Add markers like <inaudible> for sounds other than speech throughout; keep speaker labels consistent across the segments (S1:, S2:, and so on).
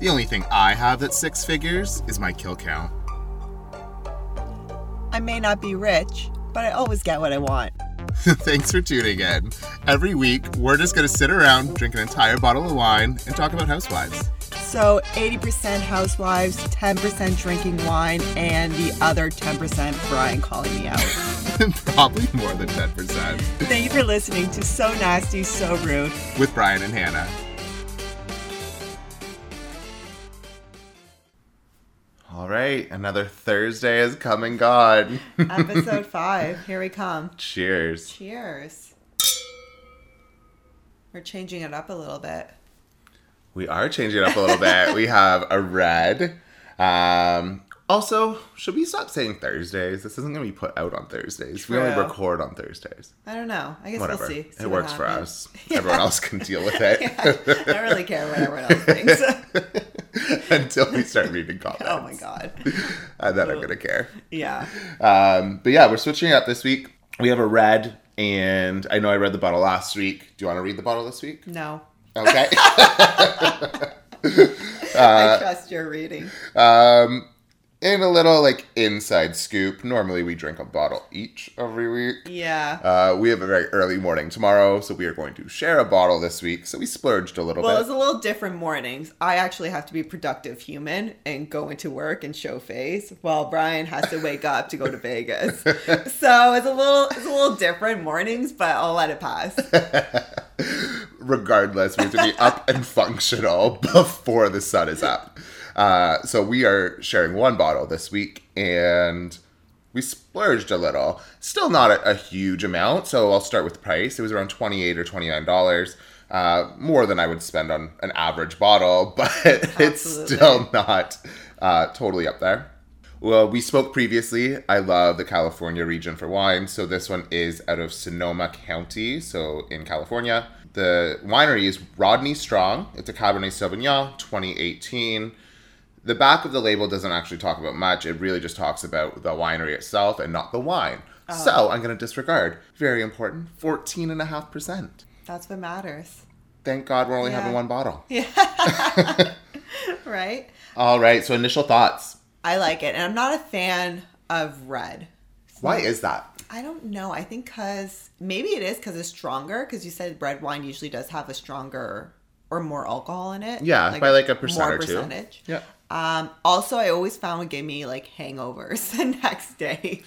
S1: The only thing I have that's six figures is my kill count. <laughs>
S2: I may not be rich, but I always get what I want.
S1: Thanks for tuning in. Every week, we're just going to sit around, drink an entire bottle of wine, and talk about housewives. <laughs>
S2: So 80% housewives, 10% drinking wine, and the other 10% Brian calling me out. <laughs>
S1: Probably more than 10%.
S2: Thank you for listening to So Nasty, So Rude.
S1: With Brian and Hannah. All right, another Thursday is come and gone. <laughs>
S2: Episode 5. Here we come.
S1: Cheers.
S2: Cheers. We're changing it up a little bit.
S1: We are changing it up a little bit. We have a red. Um, also, should we stop saying Thursdays? This isn't going to be put out on Thursdays. We only
S2: True.
S1: record on Thursdays.
S2: I don't know. I guess
S1: Whatever.
S2: we'll see.
S1: it
S2: see what
S1: works for us.
S2: happens.
S1: Everyone else can deal with it
S2: <laughs> Yeah, <laughs> I don't really care what everyone else thinks.
S1: <laughs>
S2: <laughs>
S1: until we start reading comments. Uh,
S2: oh my god.
S1: And then I'm going to care.
S2: Yeah.
S1: Um, but yeah, we're switching it up this week. We have a red, and I know I read the bottle last week. Do you want to read the bottle this week?
S2: No.
S1: Okay.
S2: <laughs>
S1: Uh,
S2: I trust your reading.
S1: um, and a little like inside scoop. Normally we drink a bottle each every week.
S2: Yeah.
S1: Uh, we have a very early morning tomorrow, so we are going to share a bottle this week. So we splurged a little
S2: well,
S1: bit.
S2: it's a little different mornings. I actually have to be a productive human and go into work and show face, while Brian has to wake up to go to
S1: <laughs>
S2: Vegas. so it's a little it's a little different mornings, but I'll let
S1: <laughs>
S2: it pass.
S1: Regardless, we have to be up and functional <laughs> before the sun is up. Uh, so we are sharing one bottle this week, and we splurged a little. Still not a, a huge amount. So I'll start with price. It was around twenty eight or twenty nine dollars. Uh, more than I would spend on an average bottle, <laughs> but it's
S2: Absolutely.
S1: still not uh, totally up there. Well, we spoke previously. I love the California region for wine. So this one is out of Sonoma County, so in California. The winery is Rodney Strong. It's a Cabernet Sauvignon 2018. The back of the label doesn't actually talk about much. It really just talks about the winery itself and not the wine. So I'm going to disregard. Very important 14.5%.
S2: That's what matters.
S1: Thank God we're only
S2: Yeah.
S1: having one bottle.
S2: Right?
S1: All right. So initial thoughts.
S2: I like it. And I'm not a fan of red.
S1: Why is that?
S2: I don't know. I think because maybe it is because it's stronger. Because you said red wine usually does have a stronger or more alcohol in it.
S1: Yeah, by like a percent
S2: more
S1: or two.
S2: percentage.
S1: Yeah.
S2: Um, also, I always found it gave me like hangovers <laughs> the next day,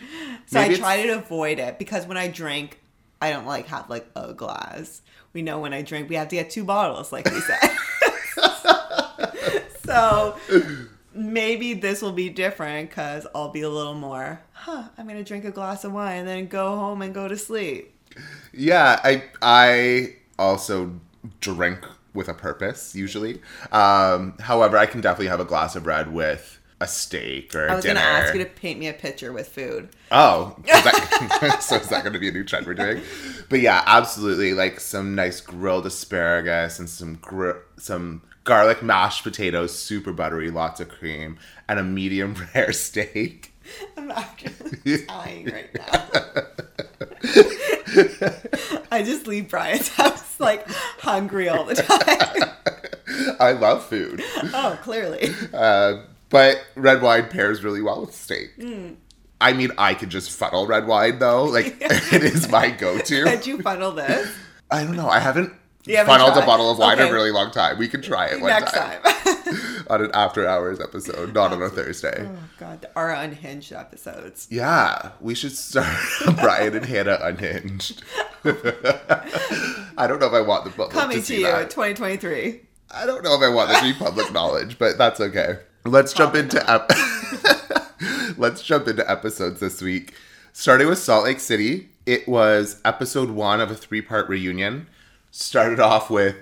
S2: so
S1: Maybe
S2: I
S1: it's-
S2: try to avoid it because when I drink, I don't like have like a glass. We know when I drink, we have to get two bottles, like we said. <laughs> so maybe this will be different because I'll be a little more. Huh? I'm gonna drink a glass of wine and then go home and go to sleep.
S1: Yeah, I I also drink with a purpose usually. Um, however, I can definitely have a glass of red with a steak or a
S2: I was
S1: dinner.
S2: gonna ask you to paint me a picture with food.
S1: Oh, is that- <laughs> so is that going to be a new trend we're doing? But yeah, absolutely. Like some nice grilled asparagus and some gr- some garlic mashed potatoes, super buttery, lots of cream, and a medium <laughs> rare steak. <laughs>
S2: I'm actually dying right now. I just leave Brian's house like hungry all the time. <laughs>
S1: I love food,
S2: oh, clearly.
S1: uh, but red wine pairs really well with steak.
S2: Mm.
S1: I mean, I could just funnel red wine though.
S2: <laughs>
S1: Like <laughs> it is my go-to.
S2: Did you funnel this?
S1: I don't know. I haven't.
S2: You haven't
S1: funneled a
S2: tried.
S1: bottle of wine in
S2: Okay.
S1: a really long time. We can try it one
S2: Next
S1: time.
S2: time. <laughs>
S1: on an after hours episode, not on a Thursday.
S2: oh God, our unhinged episodes.
S1: Yeah, we should start <laughs> Brian and Hannah unhinged. <laughs> I don't know if I want the public
S2: Coming
S1: to
S2: to
S1: see
S2: you in
S1: that.
S2: 2023.
S1: I don't know if I want this to be
S2: <laughs>
S1: public knowledge, but that's okay. Let's jump into ep- <laughs> Let's jump into episodes this week. Starting with Salt Lake City, it was episode 1 of a three-part reunion. Started off with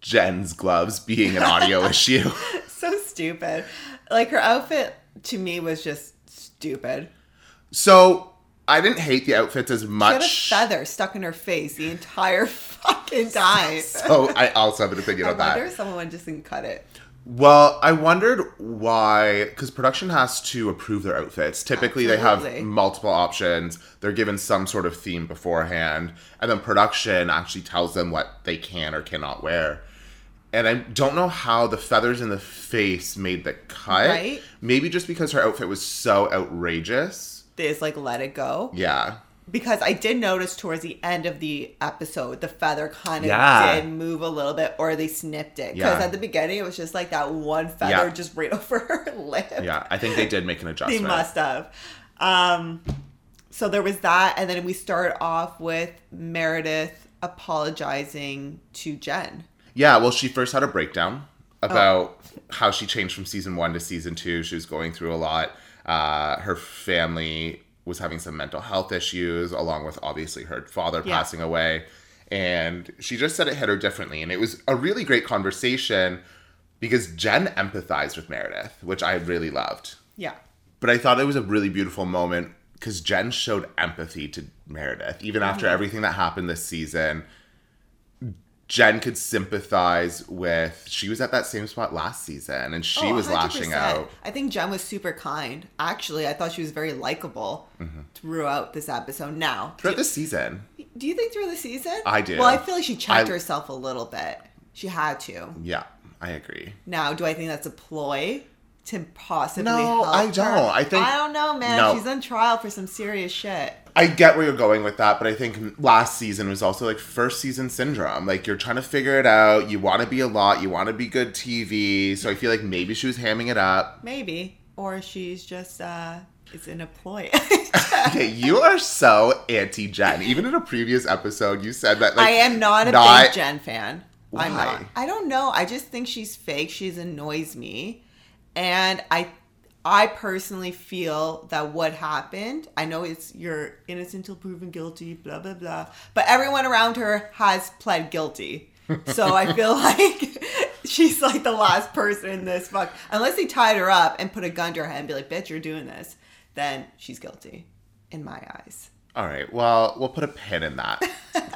S1: Jen's gloves being an
S2: <laughs>
S1: audio issue.
S2: So stupid. Like her outfit to me was just stupid.
S1: So, I didn't hate the outfits as
S2: She had a
S1: much.
S2: feather stuck in her face the entire <laughs> fucking time.
S1: so Oh, I also have an opinion
S2: I
S1: on that.
S2: wonder if someone just didn't cut it.
S1: Well, I wondered why, because production has to approve their outfits. Typically, they
S2: Absolutely.
S1: have multiple options. They're given some sort of theme beforehand, and then production actually tells them what they can or cannot wear. and I don't know how the feathers in the face made the cut.
S2: Right.
S1: Maybe just because her outfit was so outrageous.
S2: There's like let it go.
S1: Yeah.
S2: Because I did notice towards the end of the episode, the feather kind of
S1: Yeah.
S2: did move a little bit, or they snipped it. Because
S1: Yeah.
S2: at the beginning, it was just like that one feather
S1: Yeah.
S2: just right <laughs> over her lip. <laughs>
S1: Yeah. I think they did make an adjustment.
S2: They must have. Um, so there was that, and then we start off with Meredith apologizing to Jen.
S1: Yeah, well, she first had a breakdown about how she changed from season one to season two. She was going through a lot. Uh, her family was having some mental health issues, along with obviously her father
S2: Yeah.
S1: passing away. And she just said it hit her differently. And it was a really great conversation because Jen empathized with Meredith, which I really loved.
S2: Yeah.
S1: But I thought it was a really beautiful moment because Jen showed empathy to Meredith. Even after everything that happened this season, Jen could sympathize with. She was at that same spot last season and she
S2: Oh,
S1: was lashing
S2: 100%.
S1: out.
S2: I think Jen was super kind. Actually, I thought she was very likable
S1: Mm-hmm.
S2: throughout this episode. Now,
S1: Throughout this season,
S2: do you think through the season?
S1: I do.
S2: Well, I feel like she checked
S1: I-
S2: herself a little bit. She had to.
S1: yeah, I agree.
S2: Now, do I think that's a ploy to possibly?
S1: No,
S2: help
S1: I
S2: her?
S1: don't. I think-
S2: I don't know, man.
S1: No.
S2: She's on trial for some serious shit.
S1: I get where you're going with that, but I think last season was also like first season syndrome. Like you're trying to figure it out, you want to be a lot, you want to be good TV. So I feel like maybe she was hamming it up.
S2: Maybe. Or she's just uh it's in a ploy. <laughs>
S1: Okay, you are so anti Jen. Even in a previous episode, you said that like
S2: I am not a
S1: not-
S2: big Jen fan. I'm
S1: Why?
S2: not. I don't know. I just think she's fake. She's annoys me. And I I personally feel that what happened, I know it's you're innocent till proven guilty, blah blah blah. But everyone around her has
S1: <laughs>
S2: pled guilty. So I feel like <laughs> she's like the last person in this fuck unless they tied her up and put a gun to her head and be like, bitch, you're doing this, then she's guilty in my eyes.
S1: All right. Well, we'll put a pin in that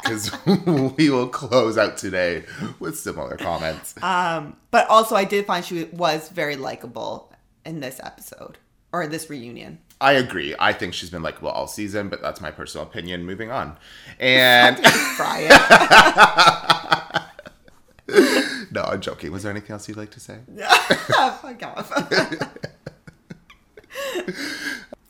S1: because <laughs> we will close out today with similar comments.
S2: Uh, But also, I did find she was very likable in this episode or this reunion.
S1: I agree. I think she's been likable all season, but that's my personal opinion. Moving on.
S2: <laughs>
S1: And <laughs>
S2: Brian,
S1: no, I'm joking. Was there anything else you'd like to say?
S2: fuck off.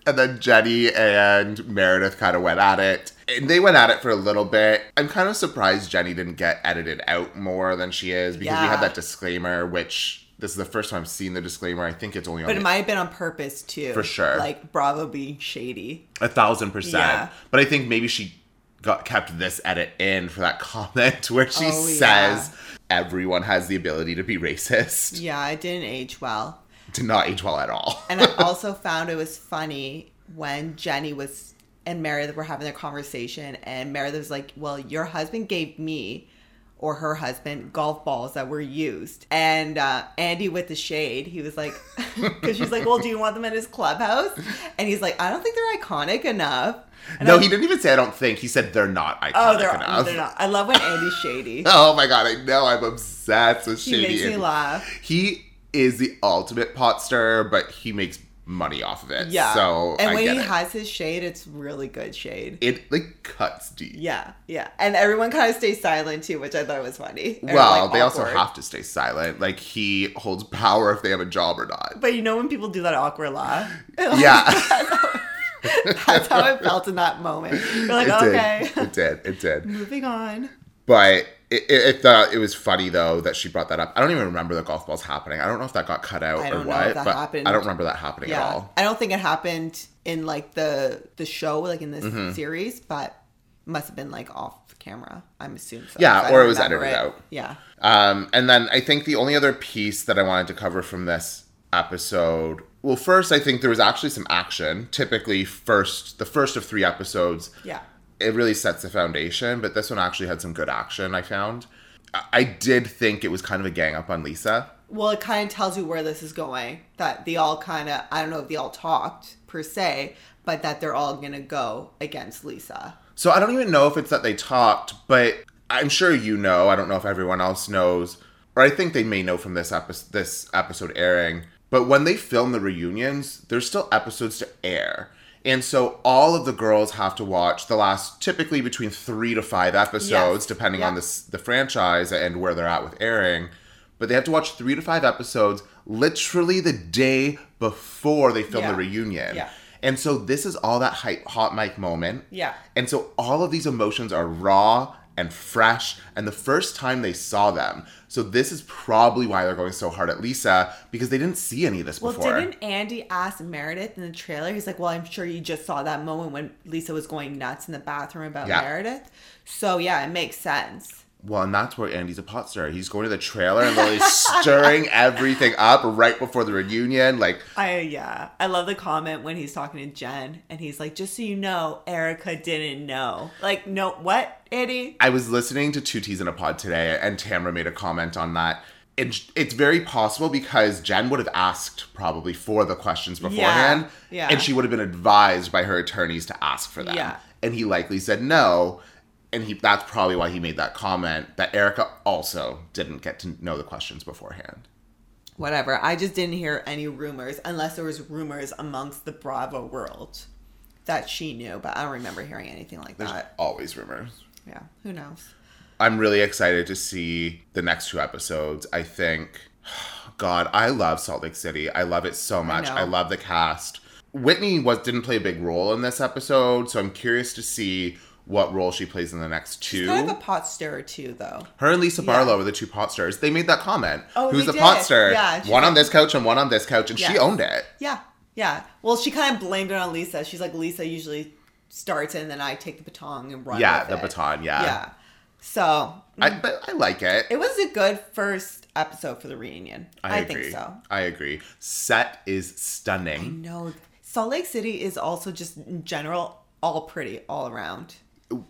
S1: And then Jenny and Meredith kind of went at it. And they went at it for a little bit. I'm kind of surprised Jenny didn't get edited out more than she is because we
S2: Yeah.
S1: had that disclaimer, which this is the first time I've seen the disclaimer. I think it's only on
S2: But it
S1: the
S2: might have been on purpose too.
S1: For sure.
S2: Like Bravo being shady.
S1: A thousand percent.
S2: Yeah.
S1: But I think maybe she got kept this edit in for that <laughs> comment where she
S2: Oh,
S1: says
S2: yeah.
S1: everyone has the ability to be racist.
S2: <laughs> Yeah, it didn't age well.
S1: Did not age well at all.
S2: And I also found it was funny when Jenny was and Meredith were having their conversation, and Meredith was like, "Well, your husband gave me." Or her husband golf balls that were used, and uh, Andy with the shade, he was like, <laughs> because she's like, well, do you want them at his clubhouse? And he's like, I don't think they're iconic enough. And
S1: no,
S2: I-
S1: he didn't even say I don't think. He said they're not iconic
S2: oh, they're,
S1: enough.
S2: they're not. I love when Andy's shady.
S1: <laughs> Oh my god, I know I'm obsessed with
S2: He
S1: Shady.
S2: makes me
S1: Andy.
S2: laugh.
S1: He is the ultimate pot stirrer, but he makes money off of it.
S2: Yeah.
S1: So
S2: and
S1: I
S2: when
S1: get
S2: he
S1: it.
S2: has his shade, it's really good shade.
S1: it like cuts deep.
S2: Yeah, yeah. And everyone kind of stays silent too, which I thought was funny. Or,
S1: Well,
S2: like,
S1: they also
S2: awkward.
S1: have to stay silent. Like he holds power if they have a job or not.
S2: But you know when people do that awkward laugh?
S1: <laughs>
S2: <laughs>
S1: Yeah.
S2: That's how it felt in that moment. You're like,
S1: it
S2: okay, <laughs>
S1: did. It did. It did.
S2: moving on.
S1: But it, it, it, uh, it was funny though that she brought that up. I don't even remember the golf balls happening. I don't know if that got cut out
S2: I
S1: or
S2: don't know
S1: what.
S2: if that
S1: but
S2: happened.
S1: I don't remember that happening at
S2: Yeah,
S1: all.
S2: I don't think it happened in like the the show, like in this
S1: Mm-hmm.
S2: series, but must have been like off camera. I'm assuming. So,
S1: Yeah,
S2: 'cause I
S1: or
S2: don't
S1: it was
S2: remember
S1: edited
S2: it.
S1: out.
S2: Yeah,
S1: Um, and then I think the only other piece that I wanted to cover from this episode. Well, first I think there was actually some action. Typically, first the first of three episodes.
S2: yeah.
S1: it really sets the foundation, but this one actually had some good action, I found. I- I did think it was kind of a gang up on Lisa.
S2: Well, it kind of tells you where this is going. That they all kind of, I don't know if they all talked per se, but that they're all gonna go against Lisa.
S1: So I don't even know if it's that they talked, but I'm sure you know. I don't know if everyone else knows, or I think they may know from this episode, this episode airing. But when they film the reunions, there's still episodes to air. And so all of the girls have to watch the last typically between 3 to 5 episodes
S2: Yes.
S1: depending
S2: Yeah.
S1: on the s- the franchise and where they're at with airing. but they have to watch three to five episodes literally the day before they film the
S2: Yeah.
S1: reunion.
S2: Yeah.
S1: And so this is all that hype, hot mic moment.
S2: Yeah.
S1: And so all of these emotions are raw and fresh and the first time they saw them. So this is probably why they're going so hard at Lisa because they didn't see any of this
S2: Well,
S1: before.
S2: didn't Andy ask Meredith in the trailer? He's like, "Well, I'm sure you just saw that moment when Lisa was going nuts in the bathroom about
S1: Yeah.
S2: Meredith." So yeah, it makes sense.
S1: Well, and that's where Andy's a pot stirrer. He's going to the trailer and really
S2: <laughs>
S1: stirring everything up right before the reunion. Like,
S2: I yeah, I love the comment when he's talking to Jen and he's like, "Just so you know, Erica didn't know." Like, no, what, Andy?
S1: I was listening to Two Teas in a Pod today, and Tamra made a comment on that. It, it's very possible because Jen would have asked probably for the questions beforehand,
S2: yeah.
S1: and she would have been advised by her attorneys to ask for them.
S2: Yeah.
S1: And he likely said no, and he that's probably why he made that comment that Erica also didn't get to know the questions beforehand.
S2: Whatever. I just didn't hear any rumors, unless there was rumors amongst the Bravo world that she knew, but I don't remember hearing anything like that.
S1: Always rumors.
S2: Yeah, who knows?
S1: I'm really excited to see the next two episodes. I think, <sighs> God, I love Salt Lake City. I love it so much.
S2: know.
S1: I, love the cast. Whitney was didn't play a big role in this episode, so I'm curious to see what role she plays in the next two.
S2: Kind of a pot stirrer too, though.
S1: Her and Lisa Barlow are the two pot stars. They made that comment.
S2: Oh,
S1: Who's
S2: they
S1: the pot
S2: did.
S1: star?
S2: Yeah, and she's
S1: one on this couch and one on this couch, and she
S2: Yes.
S1: owned it.
S2: Yeah, yeah. Well, she kind of blamed it on Lisa. She's like, Lisa usually starts it, and then I take the baton and run.
S1: yeah,
S2: with
S1: the
S2: it."
S1: baton. Yeah,
S2: Yeah. So
S1: I, but I like it.
S2: it was a good first episode for the reunion. I,
S1: agree.
S2: think so.
S1: I agree. Set is stunning.
S2: No, Salt Lake City is also just in general all pretty all around.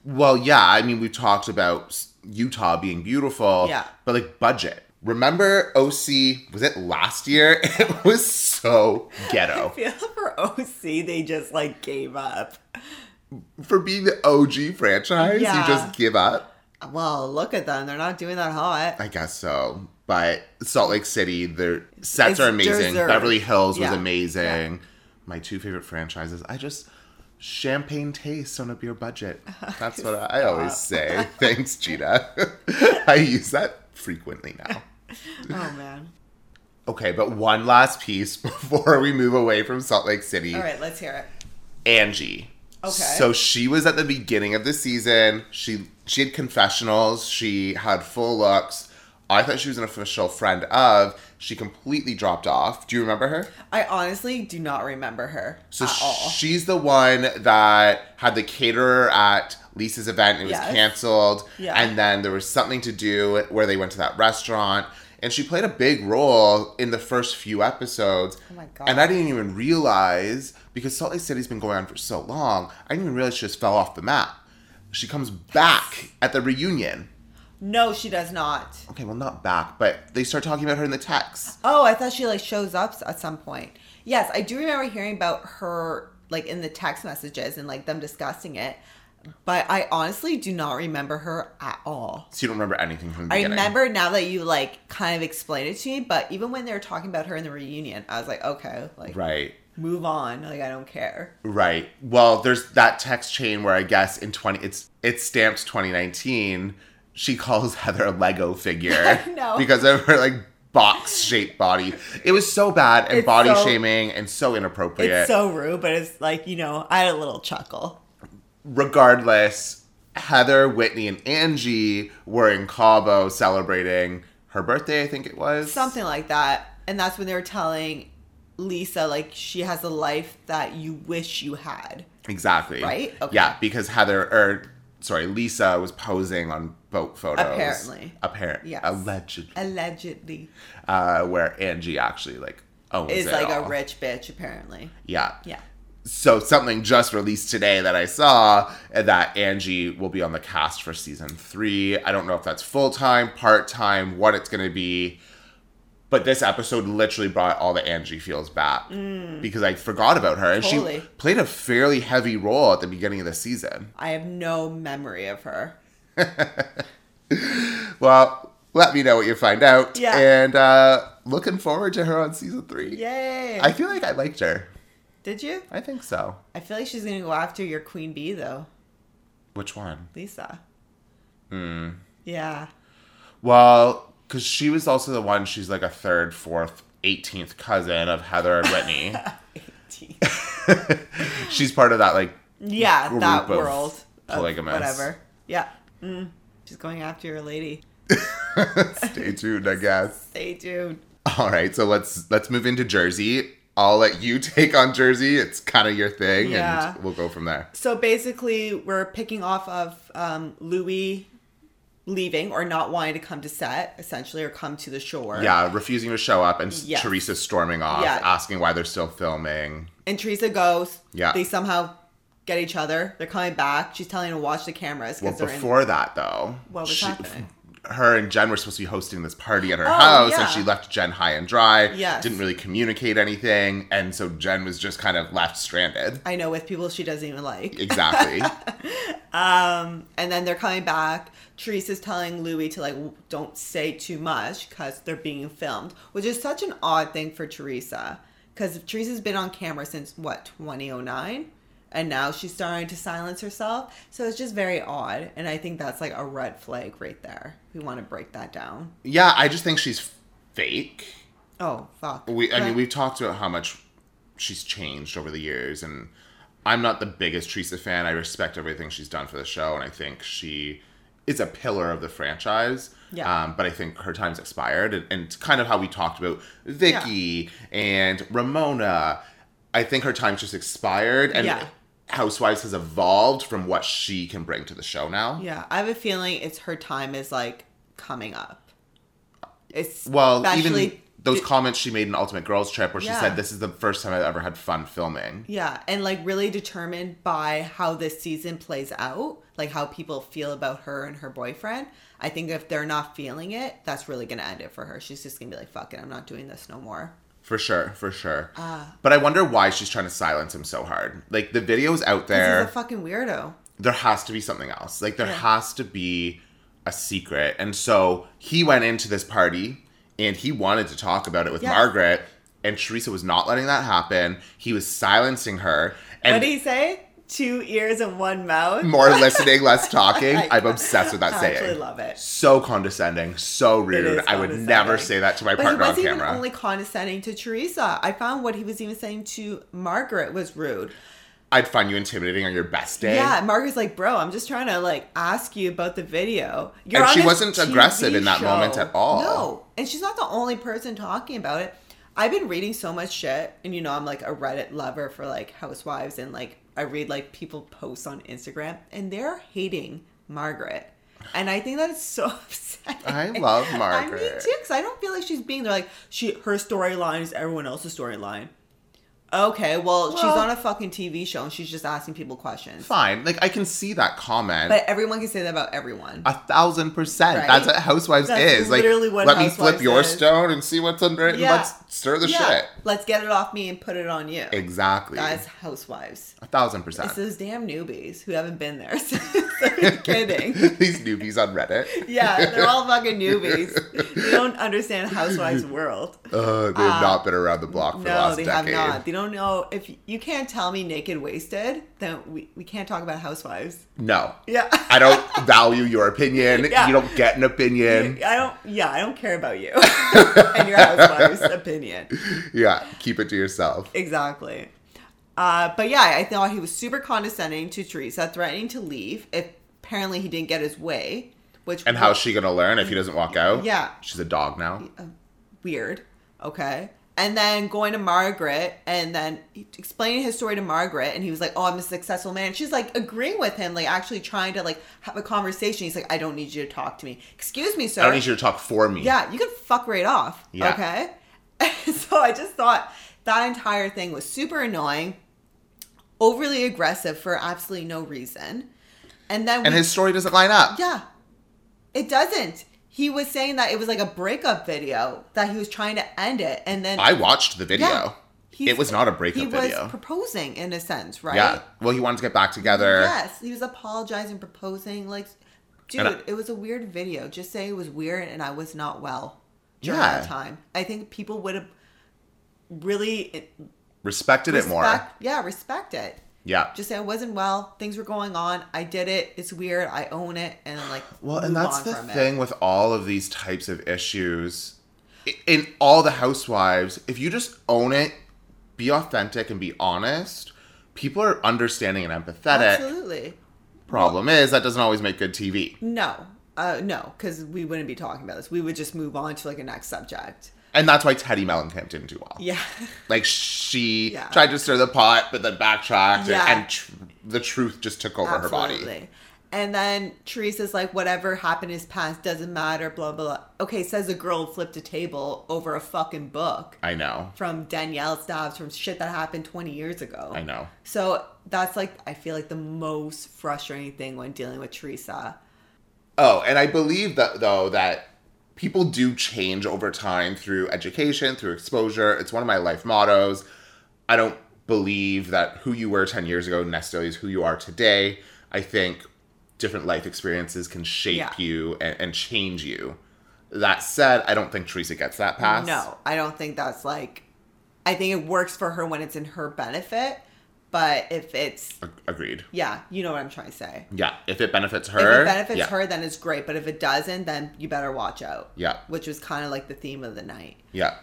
S1: Well, yeah. I mean, we talked about s- Utah being beautiful.
S2: Yeah.
S1: But like budget. Remember OC, was it last year? <laughs> It was so
S2: I
S1: ghetto.
S2: feel <laughs> for OC, they just like gave up.
S1: For being the OG franchise,
S2: Yeah.
S1: you just give up?
S2: Well, look at them. They're not doing that hot.
S1: I guess so. But Salt Lake City, their sets
S2: It's
S1: are amazing.
S2: deserved.
S1: Beverly Hills was
S2: Yeah.
S1: amazing. My two favorite franchises. I just champagne taste on a beer budget.
S2: <laughs>
S1: That's what I always say. Thanks, Gina. <laughs> I use that frequently now.
S2: Oh
S1: <laughs>
S2: man.
S1: Okay, but one last piece <laughs> before we move away from Salt Lake City.
S2: All right, let's hear it.
S1: Angie.
S2: Okay.
S1: So she was at the beginning of the season. She she had confessionals. She had full looks. I thought she was an official friend of. She completely dropped off. Do you remember her?
S2: I honestly do not remember her
S1: So
S2: at all.
S1: she's the one that had the caterer at Lisa's event. It was
S2: Yes.
S1: canceled.
S2: Yeah.
S1: And then there was something to do where they went to that restaurant. And she played a big role in the first few episodes.
S2: Oh my God.
S1: And I didn't even realize because Salt Lake City's been going on for so long. I didn't even realize she just fell off the map. She comes back at the reunion.
S2: No, she does not.
S1: Okay, well, not back, but they start talking about her in the text.
S2: Oh, I thought she like shows up at some point. Yes, I do remember hearing about her like in the text messages and like them discussing it, but I honestly do not remember her at all.
S1: So you don't remember anything from the
S2: I
S1: beginning.
S2: remember now that you like kind of explained it to me, but even when they were talking about her in the reunion, I was like, okay, like
S1: Right.
S2: move on, like I don't care.
S1: Right. Well, there's that text chain where I guess in 20 it's it's stamped 2019, she calls <laughs> Heather a Lego figure
S2: <laughs> know.
S1: because of her like box-shaped body. It was so bad and
S2: It's
S1: body
S2: so-
S1: shaming and so
S2: It's
S1: inappropriate.
S2: so rude, but it's like you know, I had a little chuckle.
S1: Regardless, Heather, Whitney and Angie were in Cabo celebrating her birthday, I think it was.
S2: something like that and that's when they were telling lisa like she has a life that you wish you had
S1: Exactly.
S2: Right? Okay.
S1: Yeah, because Heather or sorry, Lisa was posing on boat photos.
S2: Apparently.
S1: Apparently.
S2: Yes.
S1: Allegedly.
S2: allegedly
S1: uh, where Angie actually like owns
S2: is
S1: it
S2: like a
S1: all.
S2: rich bitch apparently
S1: yeah.
S2: yeah
S1: So something just released today that I saw uh, that Angie will be on the cast for season three. I don't know if that's full time, part time, what it's going to be, but this episode literally brought all the Angie feels back because I forgot about her and
S2: Mm. Totally.
S1: she played a fairly heavy role at the beginning of the season.
S2: i have no memory of her
S1: Well, let me know what you find out.
S2: Yeah.
S1: And uh, looking forward to her on season three.
S2: yay
S1: I feel like I liked her.
S2: did you
S1: I think so.
S2: i feel like she's gonna go after your queen bee though
S1: Which one?
S2: lisa hmm yeah <laughs>
S1: Well, because she was also the one. She's like a third, fourth, eighteenth cousin of Heather and
S2: <laughs>
S1: Whitney. she's part of that like
S2: yeah,
S1: Group
S2: that
S1: of
S2: world. of
S1: polygamists.
S2: Whatever. Yeah. Mm. She's going after your lady.
S1: stay tuned, I guess.
S2: Stay tuned.
S1: All right, so let's let's move into Jersey. I'll let you <laughs> take on Jersey. It's kind of your thing,
S2: Yeah.
S1: and we'll go from there.
S2: So basically, we're picking off of um, Louis leaving or not wanting to come to set, essentially, or come to the shore.
S1: Yeah, refusing to show up, and
S2: Yes.
S1: Teresa storming off,
S2: Yeah.
S1: asking why they're still filming.
S2: And Teresa goes.
S1: Yeah.
S2: They somehow get each other. They're coming back. She's telling him to watch the cameras
S1: Well,
S2: because they're in.
S1: before that though,
S2: What was happening? Oh,
S1: Her and Jen were supposed to be hosting this party at her house,
S2: yeah.
S1: and she left Jen high and dry.
S2: Yes.
S1: didn't really communicate anything, and so Jen was just kind of left stranded.
S2: I know with people she doesn't even like. <laughs>
S1: Exactly.
S2: and then they're coming back. Teresa's telling Louis to like w- don't say too much because they're being filmed, which is such an odd thing for Teresa because Teresa's been on camera since what 2009, and now she's starting to silence herself. So it's just very odd, and I think that's like a red flag right there. We want to break that down.
S1: yeah, I just think she's fake.
S2: Oh fuck.
S1: We, I mean,
S2: But-
S1: we've talked about how much she's changed over the years, and I'm not the biggest Teresa fan. I respect everything she's done for the show, and I think she is a pillar of the franchise.
S2: Yeah.
S1: Um, but I think her time's expired, and, and it's kind of how we talked about Vicky and Ramona. I think her time's just expired, and
S2: Yeah.
S1: Housewives has evolved from what she can bring to the show now.
S2: yeah, I have a feeling it's her time is like coming up. It's
S1: Well, even
S2: especially-
S1: those comments she made in Ultimate Girls Trip, where she
S2: Yeah.
S1: said, "This is the first time I've ever had fun filming."
S2: Yeah, and like really determined by how this season plays out, like how people feel about her and her boyfriend. I think if they're not feeling it, that's really gonna end it for her. She's just gonna be like, "Fuck it, I'm not doing this no more."
S1: For sure, for sure.
S2: Ah.
S1: but I wonder why she's trying to silence him so hard. Like the video's out
S2: This
S1: there.
S2: is a fucking weirdo.
S1: there has to be something else. Like there
S2: Yeah.
S1: has to be a secret. And so he went into this party and he wanted to talk about it with
S2: Yeah.
S1: Margaret. And Teresa was not letting that happen. He was silencing her.
S2: What
S1: And
S2: do you say? Two ears and one mouth.
S1: <laughs> more listening,
S2: <laughs>
S1: less talking. I'm obsessed with that
S2: I
S1: saying.
S2: actually love it.
S1: So condescending, so rude. I would
S2: condescending.
S1: never say that to my
S2: But he
S1: partner on
S2: wasn't even
S1: camera.
S2: only condescending to Teresa. I found what he was even saying to Margaret was rude.
S1: I'd find you intimidating on your best day.
S2: Yeah, Margaret's like, bro, I'm just trying to like ask you about the video. You're
S1: And she
S2: this
S1: wasn't aggressive in that moment at all.
S2: No, and she's not the only person talking about it. I've been reading so much shit, and you know, I'm like a Reddit lover for like housewives, and like I read like people posts on Instagram, and they're hating Margaret. And I think that is so <laughs> upsetting.
S1: I love
S2: <laughs> I mean,
S1: Margaret.
S2: too, 'cause I don't feel like she's being. They're like she, her storyline is everyone else's storyline. Okay, well, she's
S1: Well-
S2: on a fucking TV show and she's just asking people questions.
S1: Fine. Like I can see that comment.
S2: But everyone can say that about everyone.
S1: A thousand percent.
S2: Right?
S1: That's what Housewives
S2: That's
S1: is. Like,
S2: literally what
S1: let me
S2: Housewives
S1: flip your
S2: is.
S1: stone and see what's under it,
S2: Yeah.
S1: and let's stir the
S2: Yeah,
S1: shit.
S2: Let's get it off me and put it on you.
S1: Exactly.
S2: Guys, housewives.
S1: a thousand percent.
S2: It's those damn newbies who haven't been there <laughs> since. Are you kidding?
S1: <laughs> These newbies on Reddit.
S2: <laughs> Yeah, they're all fucking newbies. They don't understand housewives world.
S1: Uh, they've not been around the block for the
S2: Um, No,
S1: last
S2: they
S1: decade.
S2: have not. They don't know if you can't tell me naked wasted, then we, we can't talk about housewives.
S1: No.
S2: Yeah.
S1: I don't <laughs> value your opinion.
S2: Yeah.
S1: You don't get an opinion.
S2: <laughs> I don't yeah, I don't care about you
S1: <laughs>
S2: and your housewife's opinion.
S1: Yeah. Keep it to yourself.
S2: Exactly. Uh, but yeah, I thought he was super condescending to Teresa, threatening to leave if apparently he didn't get his way, which
S1: And how's she gonna learn if he doesn't walk out?
S2: Yeah.
S1: She's a dog now.
S2: weird. Okay. And then going to Margaret and then explaining his story to Margaret. And he was like, Oh, I'm a successful man. She's like agreeing with him, like actually trying to like have a conversation. He's like, I don't need you to talk to me. Excuse me, sir.
S1: I don't need you to talk for me.
S2: Yeah, you can fuck right off.
S1: Yeah.
S2: Okay. <laughs> so I just thought that entire thing was super annoying, overly aggressive for absolutely no reason. And then
S1: And
S2: we-
S1: his story doesn't line up.
S2: yeah. It doesn't. He was saying that it was like a breakup video that he was trying to end it and then
S1: I watched the video.
S2: Yeah. He's-
S1: It was not a
S2: he
S1: breakup
S2: was
S1: video.
S2: proposing in a sense, right?
S1: Yeah. Well, he wanted to get back together.
S2: Yes, he was apologizing, proposing. Like, dude,
S1: And I-
S2: it was a weird video. Just say it was weird and I was not well during
S1: Yeah.
S2: that time. I think people would have really
S1: Respected it more.
S2: respect- Yeah, respect it.
S1: Yeah.
S2: Just say I wasn't well. Things were going on. I did it. It's weird. I own it. And I'm like,
S1: Well, and
S2: move
S1: that's
S2: on
S1: the
S2: from it.
S1: thing with all of these types of issues. I- In all the housewives, if you just own it, be authentic and be honest, people are understanding and empathetic.
S2: Absolutely.
S1: Problem is, that doesn't always make good TV.
S2: No, uh, no, because we wouldn't be talking about this. We would just move on to like a next subject.
S1: And that's why Teddy Mellencamp didn't do well.
S2: Yeah. <laughs>
S1: Like, she
S2: Yeah.
S1: tried to stir the pot, but then backtracked,
S2: Yeah.
S1: and, and tr- the truth just took over her body.
S2: Absolutely. And then Teresa's like, whatever happened is past, doesn't matter, blah, blah, blah. Okay, says a girl who flipped a table over a fucking book
S1: I know.
S2: from Danielle Stabs from shit that happened 20 years ago.
S1: I know.
S2: So that's like, I feel like the most frustrating thing when dealing with Teresa.
S1: Oh, and I believe that though that people do change over time through education, through exposure. It's one of my life mottos. I don't believe that who you were 10 years ago necessarily is who you are today. I think different life experiences can shape
S2: Yeah.
S1: you and, and change you. That said, I don't think Teresa gets that pass.
S2: No, I don't think that's like, I think it works for her when it's in her benefit. But if it's
S1: Ag- agreed.
S2: Yeah, you know what I'm trying to say.
S1: Yeah. If it benefits her.
S2: If it benefits
S1: yeah.
S2: her, then it's great. But if it doesn't, then you better watch out.
S1: Yeah.
S2: Which was kind of like the theme of the night.
S1: Yeah.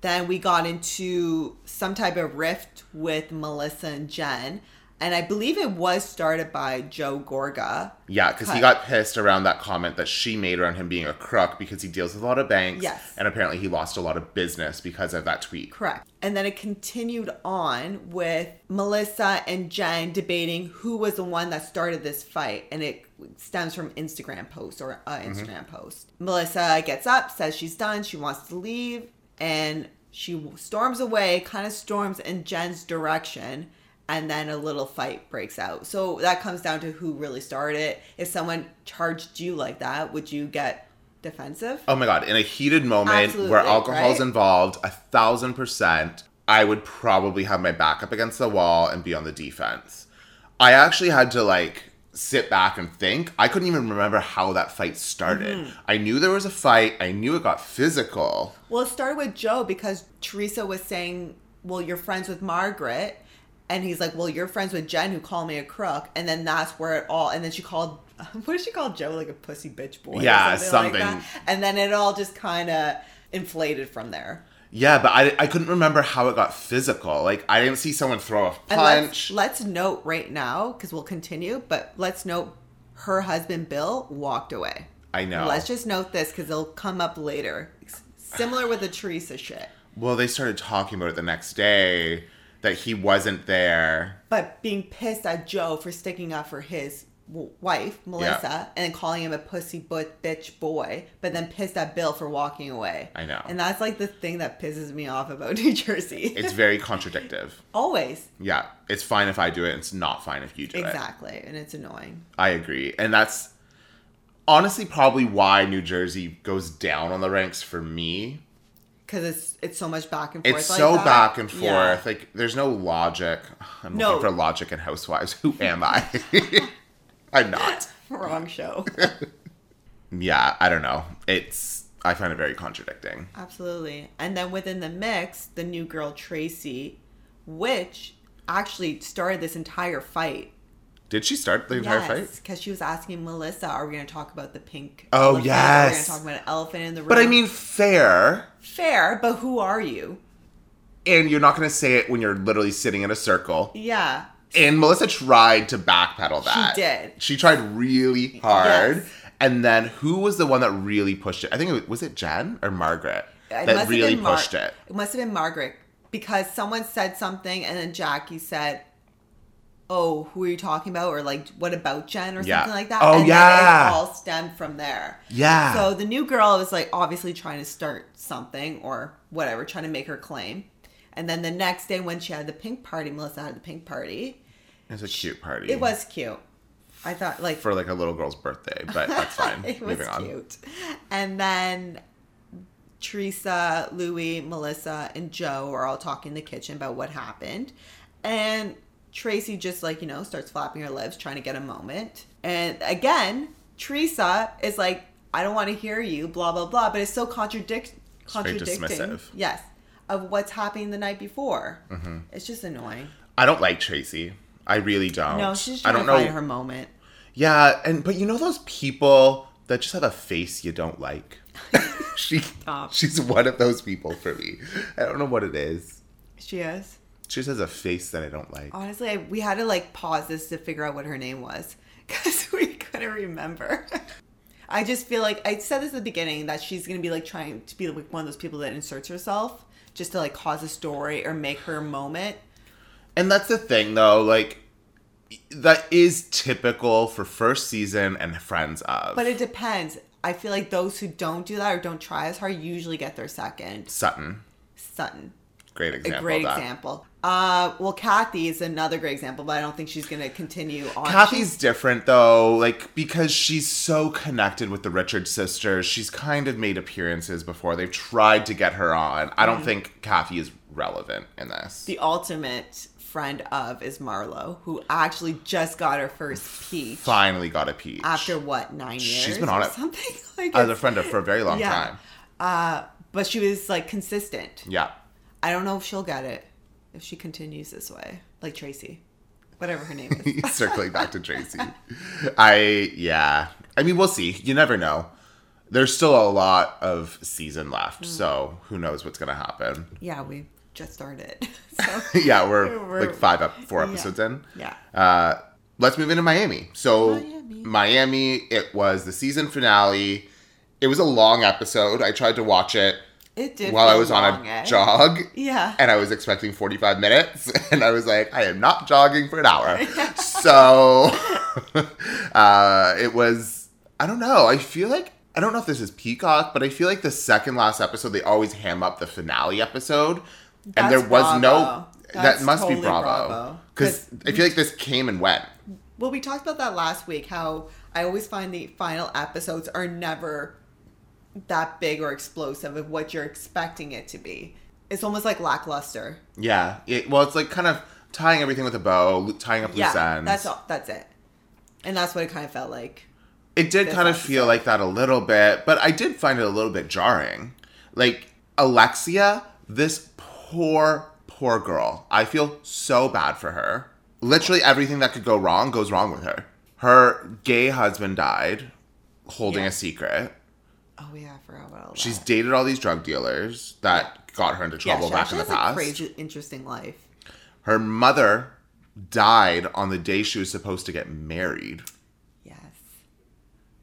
S2: Then we got into some type of rift with Melissa and Jen. And I believe it was started by Joe Gorga.
S1: Yeah, because he
S2: Cut.
S1: got pissed around that comment that she made around him being a crook because he deals with a lot of banks.
S2: Yes.
S1: And apparently he lost a lot of business because of that tweet.
S2: Correct. And then it continued on with Melissa and Jen debating who was the one that started this fight. And it stems from Instagram post or uh, Instagram post. Melissa gets up, says she's done, she wants to leave, and she storms away, kind of storms in Jen's direction. And then a little fight breaks out. So that comes down to who really started it. If someone charged you like that, would you get defensive?
S1: Oh my God. In a heated moment where
S2: Absolutely,
S1: alcohol's
S2: right?
S1: involved, a thousand percent, I would probably have my back up against the wall and be on the defense. I actually had to like sit back and think. I couldn't even remember how that fight started.
S2: Mm-hmm.
S1: I knew there was a fight, I knew it got physical.
S2: Well, it started with Joe because Teresa was saying, Well, you're friends with Margaret. And he's like, Well, you're friends with Jen who called me a crook. And then that's where it all, and then she called, <laughs> what did she call Joe? Like a pussy bitch boy. or
S1: Yeah,
S2: like
S1: something.
S2: that. And then it all just kind of inflated from there.
S1: Yeah, but I, I couldn't remember how it got physical. Like, I didn't see someone throw a
S2: And
S1: punch.
S2: let's, let's note right now, because we'll continue, but let's note her husband, Bill, walked away.
S1: I know.
S2: Let's just note this because it'll come up later. S- Similar with the Teresa shit.
S1: Well, they started talking about it the next day that he wasn't there.
S2: but being pissed at Joe for sticking up for his w- wife, Melissa, and then calling him a pussy but bitch boy, but then pissed at Bill for walking away.
S1: I know.
S2: And that's like the thing that pisses me off about <laughs> New Jersey.
S1: It's very contradictive.
S2: Always.
S1: Yeah, it's fine if I do it, it's not fine if you do it.
S2: Exactly. And it's annoying.
S1: I agree. And that's honestly probably why New Jersey goes down on the ranks for me.
S2: Because it's it's so much back and forth.
S1: It's
S2: like
S1: so
S2: that.
S1: back and forth.
S2: Yeah.
S1: Like, there's no logic. I'm
S2: No.
S1: looking for logic in Housewives. <laughs> Who am I? I'm not.
S2: <laughs> Wrong show. <laughs>
S1: Yeah, I don't know. It's, I find it very contradicting.
S2: Absolutely. And then within the mix, the new girl, Tracy, which actually started this entire fight
S1: Did she start the entire fight?
S2: because she was asking Melissa, "Are we going to talk about the pink?"
S1: Oh,
S2: elephant? Are we going
S1: yes.
S2: to talk about an elephant in the room?
S1: But I mean, fair.
S2: fair. But who are you?
S1: And you're not going to say it when you're literally sitting in a circle.
S2: Yeah,
S1: And Melissa tried to backpedal that.
S2: did.
S1: She tried really hard.
S2: Yes.
S1: And then who was the one that really pushed it? I think it was, was it Jen or Margaret that
S2: have
S1: really
S2: been Mar-
S1: pushed it.
S2: It must have been Margaret because someone said something, and then Jackie said. Oh, who are you talking about? Or like, what about Jen? Or
S1: Yeah.
S2: something like that.
S1: Oh,
S2: and then
S1: yeah.
S2: it all stemmed from there.
S1: Yeah.
S2: So the new girl is like obviously trying to start something or whatever, trying to make her claim. And then the next day, when she had the pink party, Melissa had the pink party.
S1: It was a cute party.
S2: It was cute. I thought like <laughs>
S1: for like a little girl's birthday, but that's fine.
S2: it was
S1: Moving on.
S2: cute. And then Teresa, Louie, Melissa, and Joe are all talking in the kitchen about what happened. And Tracy just like, you know, starts flapping her lips, trying to get a moment. And again, Teresa is like, I don't want to hear you, blah, blah, blah. But it's so contradict-
S1: very
S2: contradicting.
S1: dismissive. Mm-hmm.
S2: Yes. Of what's happening the night before. It's just annoying.
S1: I don't like Tracy. I really don't.
S2: No, she's just
S1: I
S2: trying
S1: don't
S2: to
S1: know.
S2: find her moment.
S1: Yeah, and but you know those people that just have a face you don't
S2: <laughs>
S1: like. <laughs> she
S2: Stop.
S1: she's one of those people for me. I don't know what it is.
S2: She is.
S1: She just has a face that I don't like.
S2: Honestly, I, we had to like pause this to figure out what her name was <laughs> because we couldn't remember. <laughs> I just feel like I said this at the beginning that she's gonna be like trying to be like one of those people that inserts herself just to like cause a story or make her moment.
S1: And that's the thing though, like that is typical for first season and friends of.
S2: But it depends. I feel like those who don't do that or don't try as hard usually get their second.
S1: Sutton,
S2: Sutton,
S1: great
S2: a
S1: example.
S2: great
S1: of that.
S2: example. Uh, well, Kathy is another great example, but I don't think she's gonna continue on.
S1: Kathy's different though, like because she's so connected with the Richard sisters. She's kind of made appearances before. They've tried to get her on. I don't think Kathy is relevant in this.
S2: Mm-hmm. the ultimate friend of is Marlo, who actually just got her first peach
S1: Finally got a peach
S2: after what nine years?
S1: She's been on
S2: or
S1: it
S2: something <laughs> like
S1: as a
S2: it's-
S1: friend of for a very long
S2: Yeah.
S1: time.
S2: Uh, but she was like consistent.
S1: Yeah,
S2: I don't know if she'll get it if she continues this way, like Tracy, whatever her name
S1: <laughs>
S2: is.
S1: circling back to Tracy. I yeah. I mean, we'll see. You never know. There's still a lot of season left,
S2: Mm.
S1: so who knows what's gonna happen. <laughs>
S2: yeah, we just started. <laughs> So
S1: yeah, we're,
S2: We're-
S1: like five up four
S2: yeah.
S1: episodes in.
S2: yeah,
S1: Uh, let's move into Miami. So
S2: Miami.
S1: Miami. it was the season finale. It was a long episode. I tried to watch it
S2: it did.
S1: while I
S2: feel
S1: was on
S2: long,
S1: a
S2: eh?
S1: jog.
S2: Yeah.
S1: And I was expecting 45 minutes, <laughs> and I was like, I am not jogging for an
S2: <laughs>
S1: hour. so <laughs> uh, it was, I don't know. I feel like, I don't know if this is Peacock, but I feel like the second last episode, they always ham up the finale episode. and
S2: That's
S1: there was no,
S2: Bravo. That's
S1: that must be
S2: totally Bravo.
S1: Bravo.
S2: 'Cause-
S1: Because I feel like this came and went.
S2: Well, we talked about that last week. How I always find the final episodes are never that big or explosive of what you're expecting it to be. It's almost like lackluster.
S1: Yeah. It, well, it's like kind of tying everything with a bow, lo- tying up loose
S2: yeah,
S1: ends.
S2: that's all. That's it. And that's what it kind of felt like.
S1: It did
S2: this
S1: kind of feel
S2: episode.
S1: like that a little bit, but I did find it a little bit jarring. Like Alexia, this poor, poor girl. I feel so bad for her. Literally everything that could go wrong goes wrong with her. Her gay husband died holding
S2: Yeah.
S1: a secret.
S2: Oh yeah, I forgot about all that.
S1: She's dated all these drug dealers that got her into
S2: yeah,
S1: trouble
S2: she
S1: back in
S2: actually
S1: the
S2: has
S1: past.
S2: a crazy, interesting life.
S1: Her mother died on the day she was supposed to get married.
S2: Yes,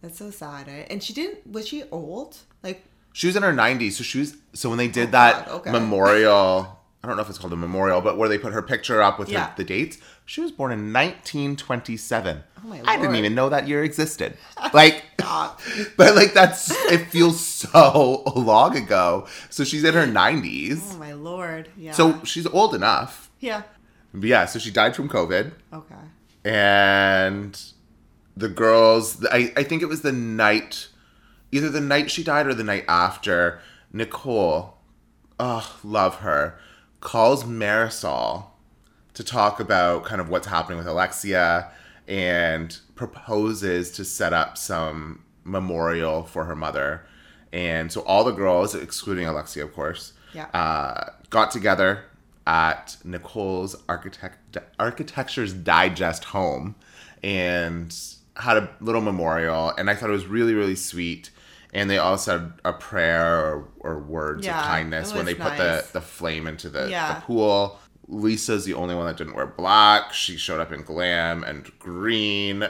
S2: that's so sad. eh? And she didn't. Was she old? Like
S1: She was in her 90s, so she was. So when they did
S2: Oh,
S1: that
S2: God, okay.
S1: memorial, I don't know if it's called a memorial, but where they put her picture up with
S2: Yeah.
S1: her, the dates, she was born in 1927.
S2: Oh, my
S1: I didn't
S2: Lord.
S1: even know that year existed.
S2: <laughs>
S1: Like,
S2: Stop.
S1: <laughs> but like that's it feels so <laughs> long ago. So she's in her 90s,
S2: oh my lord. Yeah.
S1: so she's old enough.
S2: yeah.
S1: But yeah, so she died from COVID,
S2: Okay.
S1: and the girls, I I think it was the night, either the night she died or the night after. Nicole oh, love her, calls Marisol to talk about kind of what's happening with Alexia and proposes to set up some memorial for her mother. And so all the girls, excluding Alexia, of course,
S2: Yeah.
S1: uh, got together at Nicole's architect- Architecture's Digest home and had a little memorial. And I thought it was really, really sweet. And they all said a prayer or, or words
S2: Yeah,
S1: of kindness
S2: it
S1: when they
S2: was
S1: put the,
S2: nice.
S1: the flame into the,
S2: Yeah.
S1: the pool. Lisa's the only one that didn't wear black. She showed up in glam and green.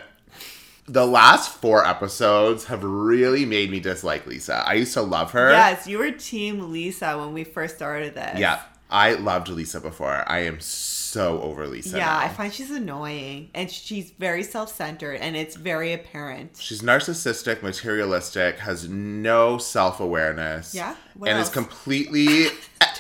S1: The last four episodes have really made me dislike Lisa. I used to love her.
S2: Yes, you were Team Lisa when we first started this.
S1: Yeah. I loved Lisa before. I am so over Lisa.
S2: yeah,
S1: now.
S2: I find she's annoying and she's very self centered and it's very apparent.
S1: She's narcissistic, materialistic, has no self awareness.
S2: Yeah? What
S1: And
S2: else?
S1: is completely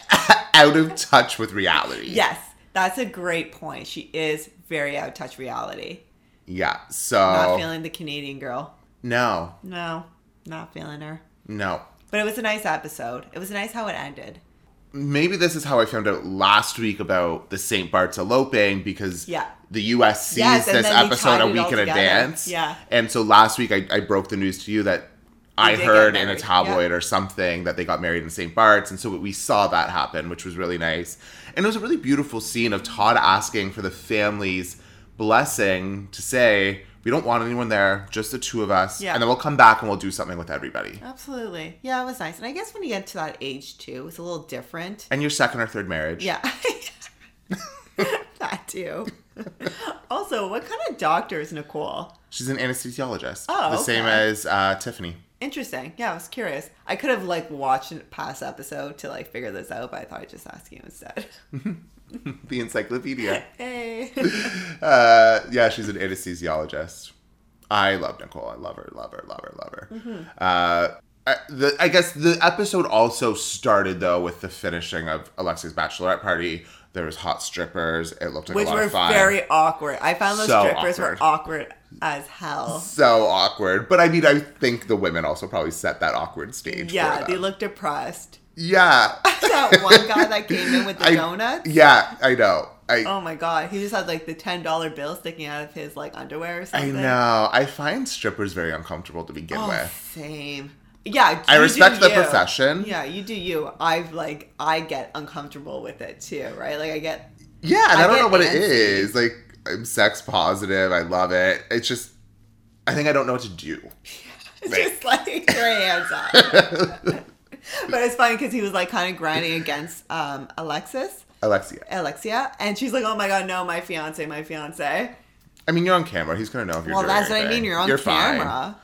S1: <laughs> out of touch with reality.
S2: Yes, that's a great point. She is very out of touch reality.
S1: Yeah. So
S2: Not feeling the Canadian girl.
S1: no,
S2: No, not feeling her.
S1: no.
S2: But it was a nice episode. It was nice how it ended.
S1: Maybe this is how I found out last week about the St. Bart's eloping because
S2: Yeah.
S1: the US sees
S2: Yes, and
S1: this
S2: then we tied
S1: episode a
S2: it all
S1: week in
S2: together.
S1: advance.
S2: Yeah.
S1: And so last week I, I broke the news to you that I
S2: did get
S1: heard in a
S2: married, yeah.
S1: tabloid or something that they got married in St. Bart's. And so we saw that happen, which was really nice. And it was a really beautiful scene of Todd asking for the family's blessing to say we don't want anyone there, just the two of us.
S2: Yeah.
S1: And then we'll come back and we'll do something with everybody.
S2: Absolutely. Yeah, it was nice. And I guess when you get to that age too, it's a little different.
S1: And your second or third marriage.
S2: Yeah. <laughs> that too. <laughs> also, what kind of doctor is Nicole?
S1: She's an anesthesiologist.
S2: Oh,
S1: the same
S2: okay.
S1: as uh, Tiffany.
S2: Interesting. Yeah, I was curious. I could have like watched a past episode to like figure this out, but I thought I'd just ask you
S1: <laughs>
S2: instead.
S1: The encyclopedia.
S2: <laughs> hey.
S1: uh, yeah, she's an anesthesiologist. I love Nicole. I love her, love her, love her, love her.
S2: Mm-hmm.
S1: Uh, I, the, I guess the episode also started though with the finishing of Alexia's bachelorette party. There was hot strippers. It looked like
S2: Which
S1: a lot
S2: were
S1: of fun.
S2: very awkward. I found those
S1: So
S2: strippers were awkward as hell.
S1: so awkward. But I mean, I think the women also probably set that awkward stage.
S2: Yeah,
S1: for
S2: they
S1: them.
S2: looked depressed. <laughs>
S1: yeah,
S2: that one guy that came in with the
S1: I-
S2: donuts.
S1: yeah. I know. I
S2: Oh my god, he just had like the ten dollar bill sticking out of his like underwear or
S1: I
S2: something.
S1: know. I find strippers very uncomfortable to begin
S2: Oh,
S1: with.
S2: same. Yeah,
S1: I
S2: you do
S1: respect the
S2: you.
S1: profession.
S2: Yeah, you do you. I've like I get uncomfortable with it too, right? Like I get
S1: Yeah, and
S2: I
S1: I, don't
S2: get
S1: know what it
S2: antsy.
S1: is. Like, I'm sex positive. I love it. It's just, I think I don't know what to do.
S2: it's
S1: Right.
S2: just like your hands up. but
S1: <laughs>
S2: it's funny because he was like kind of grinding against um, Alexis,
S1: Alexia.
S2: Alexia, and she's like, "Oh my god, no, my fiance, my fiance."
S1: I mean, you're on camera. He's gonna know if you're.
S2: Well,
S1: doing
S2: that's what I
S1: anything.
S2: mean. You're on
S1: fine.
S2: camera.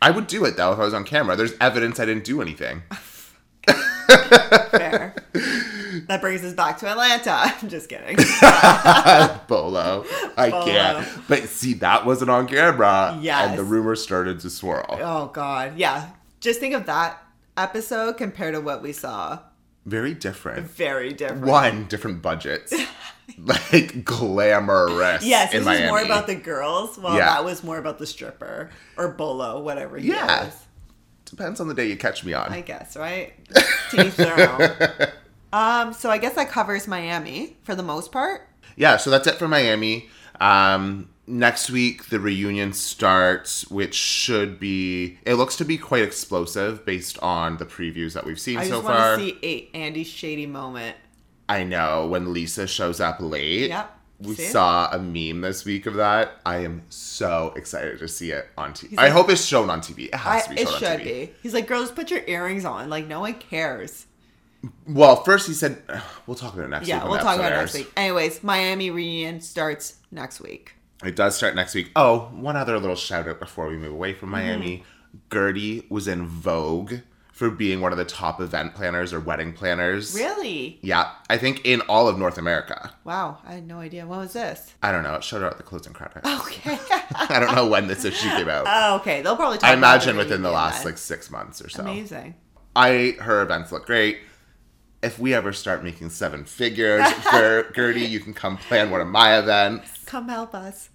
S1: I would do it though if I was on camera. There's evidence I didn't do
S2: <laughs>
S1: anything. <laughs>
S2: Fair. that brings us back to Atlanta. <laughs> I'm
S1: <laughs>
S2: just kidding.
S1: Bolo, I
S2: Bolo.
S1: can't. But see, that wasn't on camera.
S2: Yes.
S1: And the rumor started to swirl.
S2: Oh God, yeah. Just think of that episode compared to what we saw.
S1: Very different.
S2: Very different.
S1: One different
S2: <laughs>
S1: budgets. like glamorous.
S2: Yes,
S1: in
S2: this
S1: Miami.
S2: is more about the girls. Well,
S1: Yeah.
S2: that was more about the stripper or Bolo, whatever. He
S1: Yeah.
S2: is,
S1: Depends on the day you catch me on.
S2: I guess right. to each
S1: <laughs>
S2: their own. Um, so I guess that covers Miami for the most part.
S1: yeah, so that's it for Miami. Um, next week, the reunion starts, which should be, it looks to be quite explosive based on the previews that we've seen
S2: I
S1: so
S2: just
S1: far.
S2: want to see a Andy shady moment.
S1: I know when Lisa shows up late.
S2: Yep.
S1: We
S2: See?
S1: saw a meme this week of that. I am so excited to see it on TV. I
S2: like-
S1: hope it's shown on TV. It
S2: I,
S1: has to be
S2: it
S1: shown on
S2: should
S1: TV.
S2: be. He's like, girls, put your earrings on. Like, no one cares.
S1: Well, first he said, we'll talk about it next week.
S2: yeah,
S1: when
S2: we'll
S1: the
S2: talk
S1: episode
S2: about it next
S1: airs.
S2: week. Anyways, Miami reunion starts next week.
S1: It does start next week. Oh, one other little shout out before we move away from
S2: Mm-hmm.
S1: Miami. Gertie was in Vogue for being one of the top event planners or wedding planners.
S2: Really?
S1: Yeah, I think in all of North America.
S2: Wow, I had no idea. What was this? <laughs>
S1: I don't know. It showed out at the closing credits.
S2: Okay.
S1: <laughs>
S2: <laughs>
S1: I don't know when this issue came out.
S2: oh, okay. They'll probably talk
S1: I
S2: about
S1: imagine within the
S2: reunion
S1: last
S2: then.
S1: like six months or so.
S2: Amazing.
S1: I her events look great. If we ever start making seven
S2: <laughs>
S1: figures, Ger- Gertie, you can come plan one of my events.
S2: Come help us.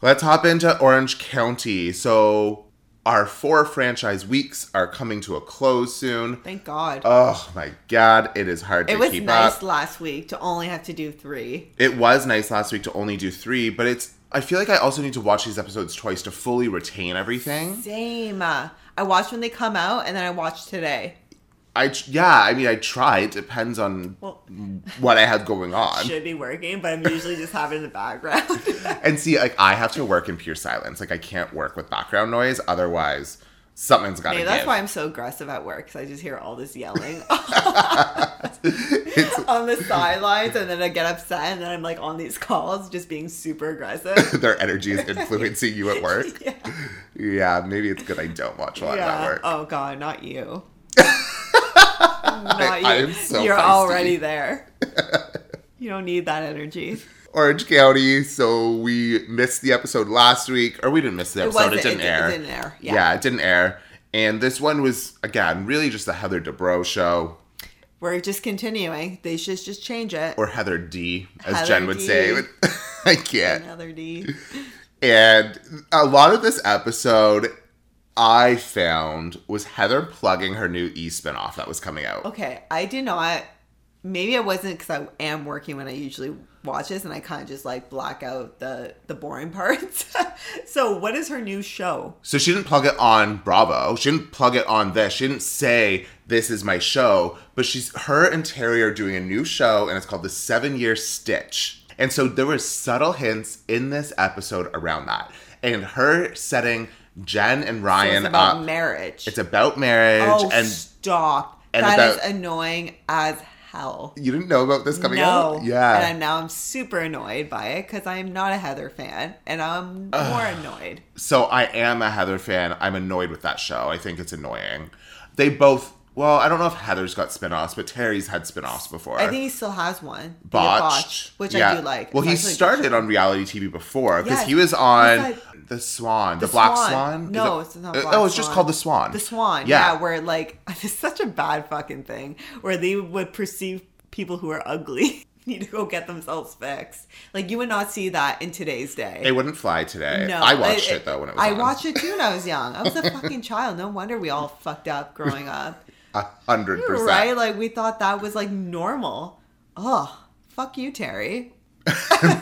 S1: Let's hop into Orange County. So, our four franchise weeks are coming to a close soon.
S2: Thank God.
S1: Oh my God, it is hard to
S2: it was
S1: keep
S2: nice
S1: up.
S2: last week to only have to do three.
S1: It was nice last week to only do three, but it's. I feel like I also need to watch these episodes twice to fully retain everything.
S2: Same. Uh, I watched when they come out, and then I watched today.
S1: I tr- yeah, I mean I try. It depends on
S2: Well,
S1: what I have going on.
S2: should be working, but I'm usually just having it in the
S1: <laughs>
S2: background.
S1: And see, like I have to work in pure silence. Like I can't work with background noise. Otherwise, something's got to
S2: Maybe
S1: give.
S2: that's why I'm so aggressive at work because I just hear all this yelling <laughs> on the sidelines, and then I get upset, and then I'm like on these calls just being super
S1: <laughs>
S2: aggressive. <laughs>
S1: their energy is influencing you at work.
S2: yeah.
S1: Yeah, maybe it's good I don't watch a lot of that
S2: yeah.
S1: work.
S2: Oh God,
S1: <laughs>
S2: not you. not you.
S1: I am so
S2: You're
S1: feisty. <laughs>
S2: already there. you don't need that energy.
S1: Orange County, so we missed the episode last week, or we didn't miss the episode, it,
S2: wasn't-
S1: didn't
S2: it- it
S1: air.
S2: didn't air, yeah.
S1: it didn't air. And this one was, again, really just a Heather DeBro show,
S2: We're just continuing. They should just change it.
S1: or Heather D, as
S2: Heather
S1: Jen would
S2: D.
S1: say. <laughs> I can't.
S2: Another D.
S1: And a lot of this episode I found was Heather plugging her new E spinoff that was coming out.
S2: Okay, I did not. Maybe I wasn't because I am working when I usually watch this, and I kind of just like black out the the boring <laughs> parts. so, what is her new show?
S1: So she didn't plug it on Bravo. She didn't plug it on this. She didn't say this is my show. But she's her and Terry are doing a new show, and it's called The Seven Year Stitch. And so there were subtle hints in this episode around that. And her setting Jen and
S2: So
S1: Ryan
S2: it's about
S1: up.
S2: marriage.
S1: It's about marriage.
S2: oh,
S1: and
S2: stop.
S1: and
S2: That is
S1: about-
S2: annoying as hell.
S1: you didn't know about this coming
S2: no.
S1: out? Yeah.
S2: And I'm, now I'm super annoyed by it because I am not a Heather fan, and I'm more annoyed.
S1: so I am a Heather fan. I'm annoyed with that show. I think it's annoying. They both. Well, I don't know if Heather's got spin-offs, but Terry's had spin-offs before.
S2: I think he still has one. The
S1: botched,
S2: which I
S1: Yeah.
S2: do like.
S1: Well, he
S2: It's actually a good
S1: started
S2: show.
S1: on reality TV before because
S2: Yes.
S1: he was on
S2: He's
S1: the Swan, the,
S2: The
S1: Black Swan.
S2: Swan.
S1: Is
S2: No,
S1: it-
S2: it's not
S1: uh,
S2: Black
S1: oh, it's just
S2: Swan.
S1: called the Swan.
S2: The Swan, yeah. where like <laughs> it's such a bad fucking thing where they would perceive people who are ugly <laughs> need to go get themselves fixed. Like you would not see that in today's day.
S1: It wouldn't fly today.
S2: no,
S1: I watched it, though when it was.
S2: I
S1: on.
S2: watched it too when I was young. I
S1: <laughs>
S2: was a fucking child. No wonder we all fucked up growing up,
S1: a hundred percent.
S2: right? Like we thought that was like normal. Oh, fuck you, Terry.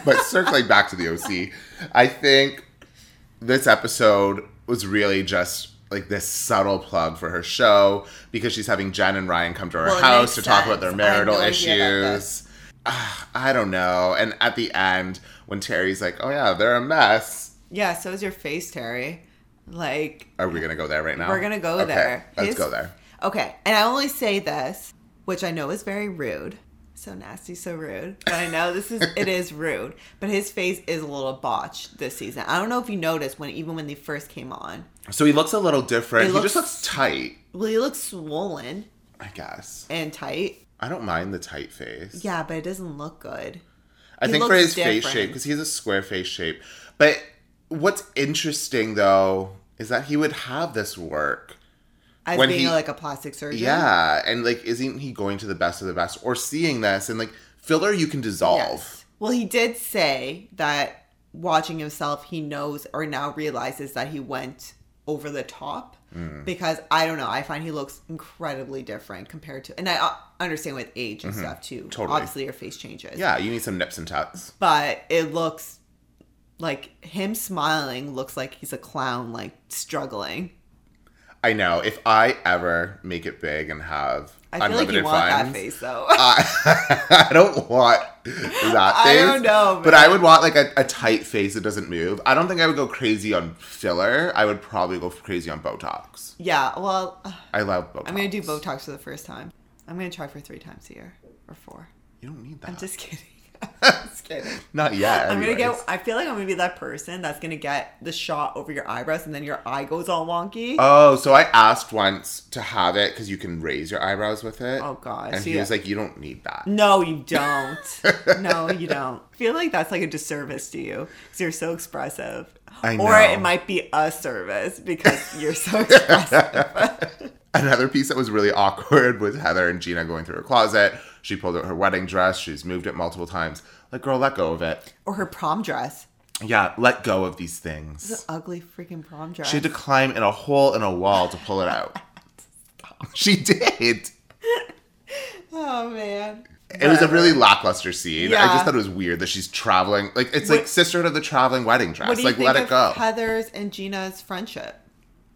S1: but circling back to the OC, I think this episode was really just like this subtle plug for her show because she's having Jen and Ryan come to her
S2: Well, it
S1: house to
S2: makes
S1: talk about their
S2: sense. I had no
S1: marital
S2: idea about
S1: issues. Ah, I don't know. And at the end, when Terry's like, "Oh yeah, they're a mess,"
S2: Yeah, so is your face, Terry. Like
S1: are we gonna go there right now?
S2: We're gonna go
S1: Okay,
S2: there.
S1: Let's
S2: His-
S1: go there.
S2: Okay, and I only say this, which I know is very rude. So nasty, so rude. But I
S1: <laughs>
S2: know this is it is rude. But his face is a little botched this season. I don't know if you noticed when even when they first came on.
S1: So he looks a little different.
S2: It
S1: He
S2: looks-
S1: just looks tight.
S2: Well, he looks swollen
S1: I guess
S2: and tight.
S1: I don't mind the tight face.
S2: Yeah, but it doesn't look good.
S1: I
S2: He
S1: think for his
S2: looks
S1: face
S2: different.
S1: shape, because he's a square face shape. But what's interesting though is that he would have this work.
S2: As
S1: When
S2: being
S1: he-
S2: like a plastic surgeon.
S1: Yeah. And like, isn't he going to the best of the best or seeing this and like filler you can dissolve?
S2: Yes. Well, he did say that watching himself, he knows or now realizes that he went over the top
S1: Mm.
S2: because I don't know. I find he looks incredibly different compared to, and I uh, understand with age and stuff too.
S1: Mm-hmm. Totally.
S2: Obviously, your face changes.
S1: Yeah, you need some nips and tucks.
S2: But it looks like him smiling looks like he's a clown, like struggling.
S1: I know. If I ever make it big and have
S2: I feel like
S1: unlimited Uh,
S2: you want that
S1: funds,
S2: face though.
S1: <laughs> I, I don't want that
S2: I
S1: face.
S2: don't know,
S1: But I would want like a, a tight face that doesn't move. I don't think I would go crazy on filler. I would probably go crazy on Botox.
S2: <laughs> yeah. Well, ugh,
S1: I love Botox.
S2: I'm gonna do Botox for the first time. I'm gonna try for three times a year or four.
S1: You don't need that.
S2: I'm <laughs> just kidding. I'm just kidding.
S1: Not yet.
S2: I'm gonna
S1: anyways.
S2: get. I feel like I'm gonna be that person that's gonna get the shot over your eyebrows, and then your eye goes all wonky.
S1: Oh, so I asked once to have it because you can raise your eyebrows with it.
S2: Oh, God.
S1: And
S2: See,
S1: he was like, "You don't need that."
S2: no, you don't. no, you don't. I feel like that's like a disservice to you because you're so expressive.
S1: I
S2: Or
S1: know.
S2: it might be a service because you're so <laughs> expressive.
S1: Another piece that was really <laughs> awkward was Heather and Gina going through her closet. She pulled out her wedding dress. She's moved it multiple times. Like, girl, let go of it.
S2: or her prom dress.
S1: Yeah, let go of these things.
S2: Ugly freaking prom dress.
S1: She had to climb in a hole in a wall to pull it
S2: <laughs>
S1: out. she did.
S2: oh man.
S1: It was a really lackluster scene. I
S2: Yeah.
S1: just thought it was weird that she's traveling. Like it's like
S2: What-
S1: Sisterhood of the Traveling Wedding Dress.
S2: What do you
S1: like
S2: think
S1: let
S2: of
S1: it go.
S2: Heather's and Gina's friendship?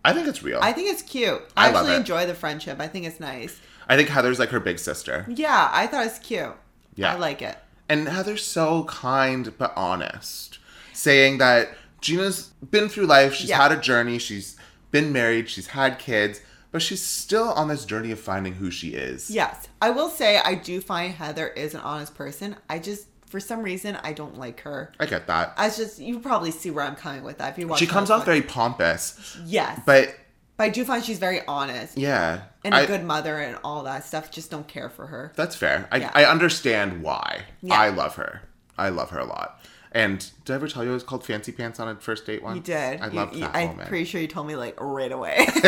S1: I think it's real.
S2: I
S1: I,
S2: think it's cute.
S1: I
S2: I,
S1: love
S2: actually
S1: it.
S2: enjoy the friendship. I think it's nice.
S1: think Heather's like her big sister.
S2: Yeah, I thought it's cute.
S1: Yeah.
S2: I like it.
S1: And Heather's so kind but honest, saying that Gina's been through life, she's
S2: Yeah.
S1: had a journey, she's been married, she's had kids, but she's still on this journey of finding who she is.
S2: Yes. I will say I do find Heather is an honest person. I just for some reason I don't like her.
S1: I get that.
S2: I just you probably see where I'm coming with that if you watch.
S1: she comes
S2: Housewives.
S1: off very pompous,
S2: yes, but,
S1: but
S2: I do find she's very honest
S1: yeah.
S2: and a
S1: I-
S2: good mother and all that stuff. Just don't care for her.
S1: That's fair. I,
S2: Yeah.
S1: I understand why.
S2: Yeah.
S1: I love her. I love her a lot. And did I ever tell you it was called Fancy Pants on a First Date once?
S2: You did.
S1: I
S2: You-
S1: loved
S2: you-
S1: that
S2: I'm
S1: moment.
S2: pretty sure you told me like right away.
S1: <laughs>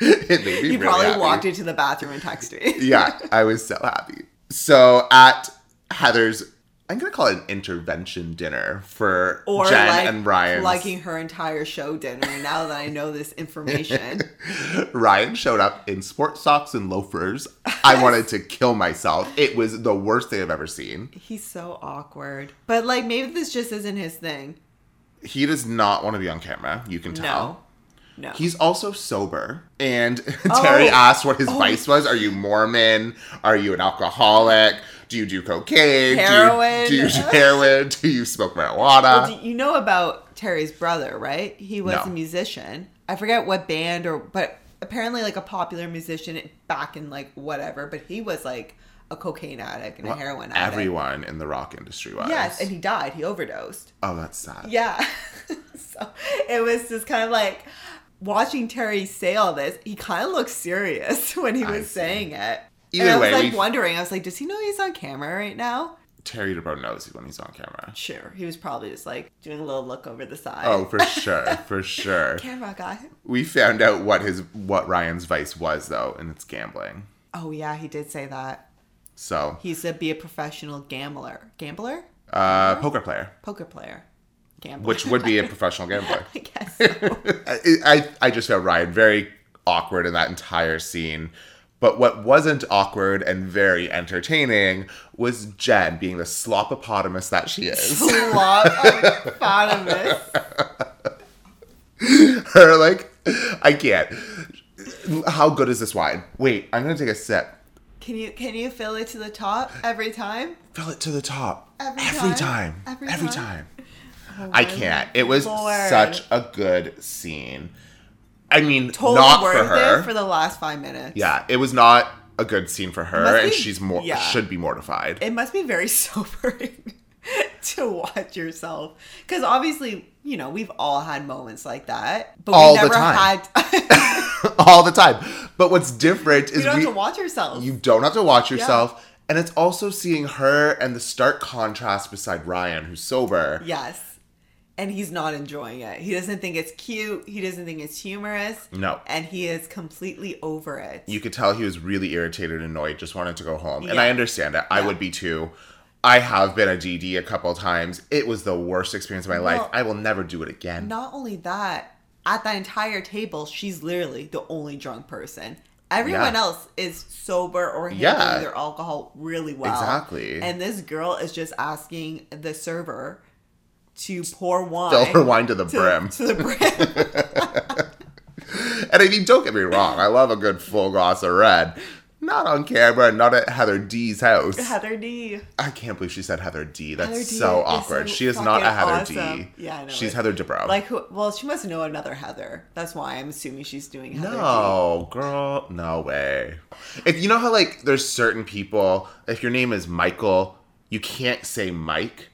S1: it made me
S2: <laughs> you
S1: really
S2: probably
S1: happy.
S2: walked into the bathroom and texted me.
S1: <laughs> yeah, I was so happy. So at Heather's, I'm going to call it an intervention dinner for
S2: Or
S1: Jen
S2: like
S1: and Ryan.
S2: liking her entire show dinner. Now that I know this
S1: <laughs>
S2: information,
S1: <laughs> Ryan showed up in sports socks and loafers.
S2: <laughs>
S1: I wanted to kill myself. It was the worst thing I've ever seen.
S2: he's so awkward. But like maybe this just isn't his thing.
S1: He does not want to be on camera. You can tell.
S2: No. No.
S1: He's also sober. And <laughs> Terry
S2: Oh.
S1: asked what his
S2: Oh.
S1: vice was. Are you Mormon? Are you an alcoholic? Do you do cocaine? Do you-
S2: Heroin.
S1: Do you, do heroin? Do you smoke marijuana?
S2: Well, do you know about Terry's brother, right? He was
S1: No.
S2: a musician. I forget what band or, but apparently like a popular musician back in like whatever. But he was like a cocaine addict and
S1: Well,
S2: a heroin addict.
S1: Everyone in the rock industry was.
S2: Yes, and he died. He overdosed.
S1: oh, that's sad.
S2: Yeah. <laughs> so it was just kind of like watching Terry say all this. He kind of looked serious <laughs> when he
S1: I
S2: was
S1: see.
S2: saying it.
S1: Either
S2: and I was
S1: way,
S2: like
S1: we-
S2: wondering. I was like, does he know he's on camera right now?
S1: Terry DeBro knows when he's on camera.
S2: Sure. He was probably just like doing a little look over the side.
S1: Oh,
S2: <laughs>
S1: for sure, for sure.
S2: camera guy.
S1: We found out what his what Ryan's vice was though, and it's gambling.
S2: Oh yeah, he did say that.
S1: So,
S2: He said be a professional gambler. Gambler?
S1: uh, poker player,
S2: Poker player. Gambler.
S1: which would be a professional gambler.
S2: <laughs> I guess. so.
S1: I, I I just found Ryan very awkward in that entire scene. But what wasn't awkward and very entertaining was Jen being the slopopotamus that she is.
S2: <laughs>
S1: <laughs>
S2: Slopopotamus.
S1: her like I can't. How good is this wine? Wait, I'm gonna take a sip.
S2: Can you can you fill it to the top every time?
S1: Fill it to the top.
S2: Every time?
S1: Every
S2: Every
S1: time.
S2: time? Oh
S1: I can't. It was
S2: Lord.
S1: such a good scene. I mean,
S2: Totally
S1: not
S2: worth
S1: for her.
S2: it for the last five minutes.
S1: yeah, it was not a good scene for her,
S2: Must
S1: and
S2: be-
S1: she's more
S2: yeah.
S1: should be mortified.
S2: It must be very <laughs> sobering <laughs> to watch yourself. Because obviously, you know, we've all had moments like that. But
S1: All
S2: we
S1: the <laughs>
S2: never
S1: time.
S2: had <laughs>
S1: <laughs> All the time. But what's different
S2: you
S1: is
S2: don't
S1: we
S2: have to watch yourself.
S1: you don't have to watch yourself. And it's also seeing her and the stark contrast beside Ryan, who's sober.
S2: Yes. And he's not enjoying it. He doesn't think it's cute. He doesn't think it's humorous.
S1: No.
S2: And he is completely over it.
S1: you could tell he was really irritated and annoyed just wanted to go home and
S2: Yeah.
S1: i understand it i
S2: Yeah.
S1: would be too i have been a dd a couple times it was the worst experience of my life
S2: Well-
S1: i will never do it again
S2: not only that, at that entire table, she's literally the only drunk person. Everyone
S1: Yeah.
S2: else is sober or handling
S1: Yeah.
S2: their alcohol really well.
S1: Exactly.
S2: And this girl is just asking the server to pour wine. <laughs>
S1: fill her wine to the brim
S2: To the brim.
S1: <laughs> and i mean don't get me wrong i love a good full glass of red not on camera not at heather d's house
S2: Heather D.
S1: i can't believe she said heather d that's
S2: Heather D
S1: so
S2: is
S1: awkward
S2: so
S1: she is not a heather
S2: fucking awesome.
S1: d
S2: Yeah, I know
S1: she's
S2: it.
S1: heather debro
S2: Like, who, well, she must know another Heather. That's why I'm assuming she's doing Heather D.
S1: No, girl, no way. If you know how like there's certain people, if your name is Michael, you can't say Mike.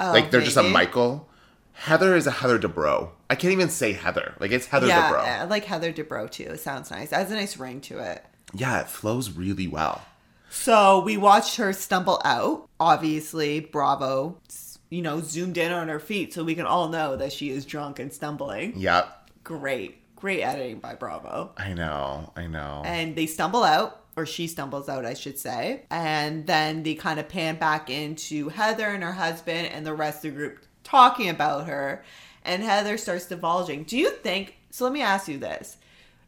S2: Oh,
S1: like they're just a
S2: maybe.
S1: Michael. Heather is a Heather DeBro. I can't even say Heather. Like it's Heather
S2: yeah,
S1: DeBro.
S2: I like Heather DeBro too. It sounds nice. It has a nice ring to it.
S1: Yeah, it flows really well.
S2: So we watched her stumble out. Obviously, Bravo, you know, zoomed in on her feet so we can all know that she is drunk and stumbling.
S1: Yep.
S2: Great. Great editing by Bravo.
S1: I know. I know.
S2: And they stumble out, or she stumbles out, I should say. And then they kind of pan back into Heather and her husband and the rest of the group talking about her. And Heather starts divulging. Do you think? So let me ask you this: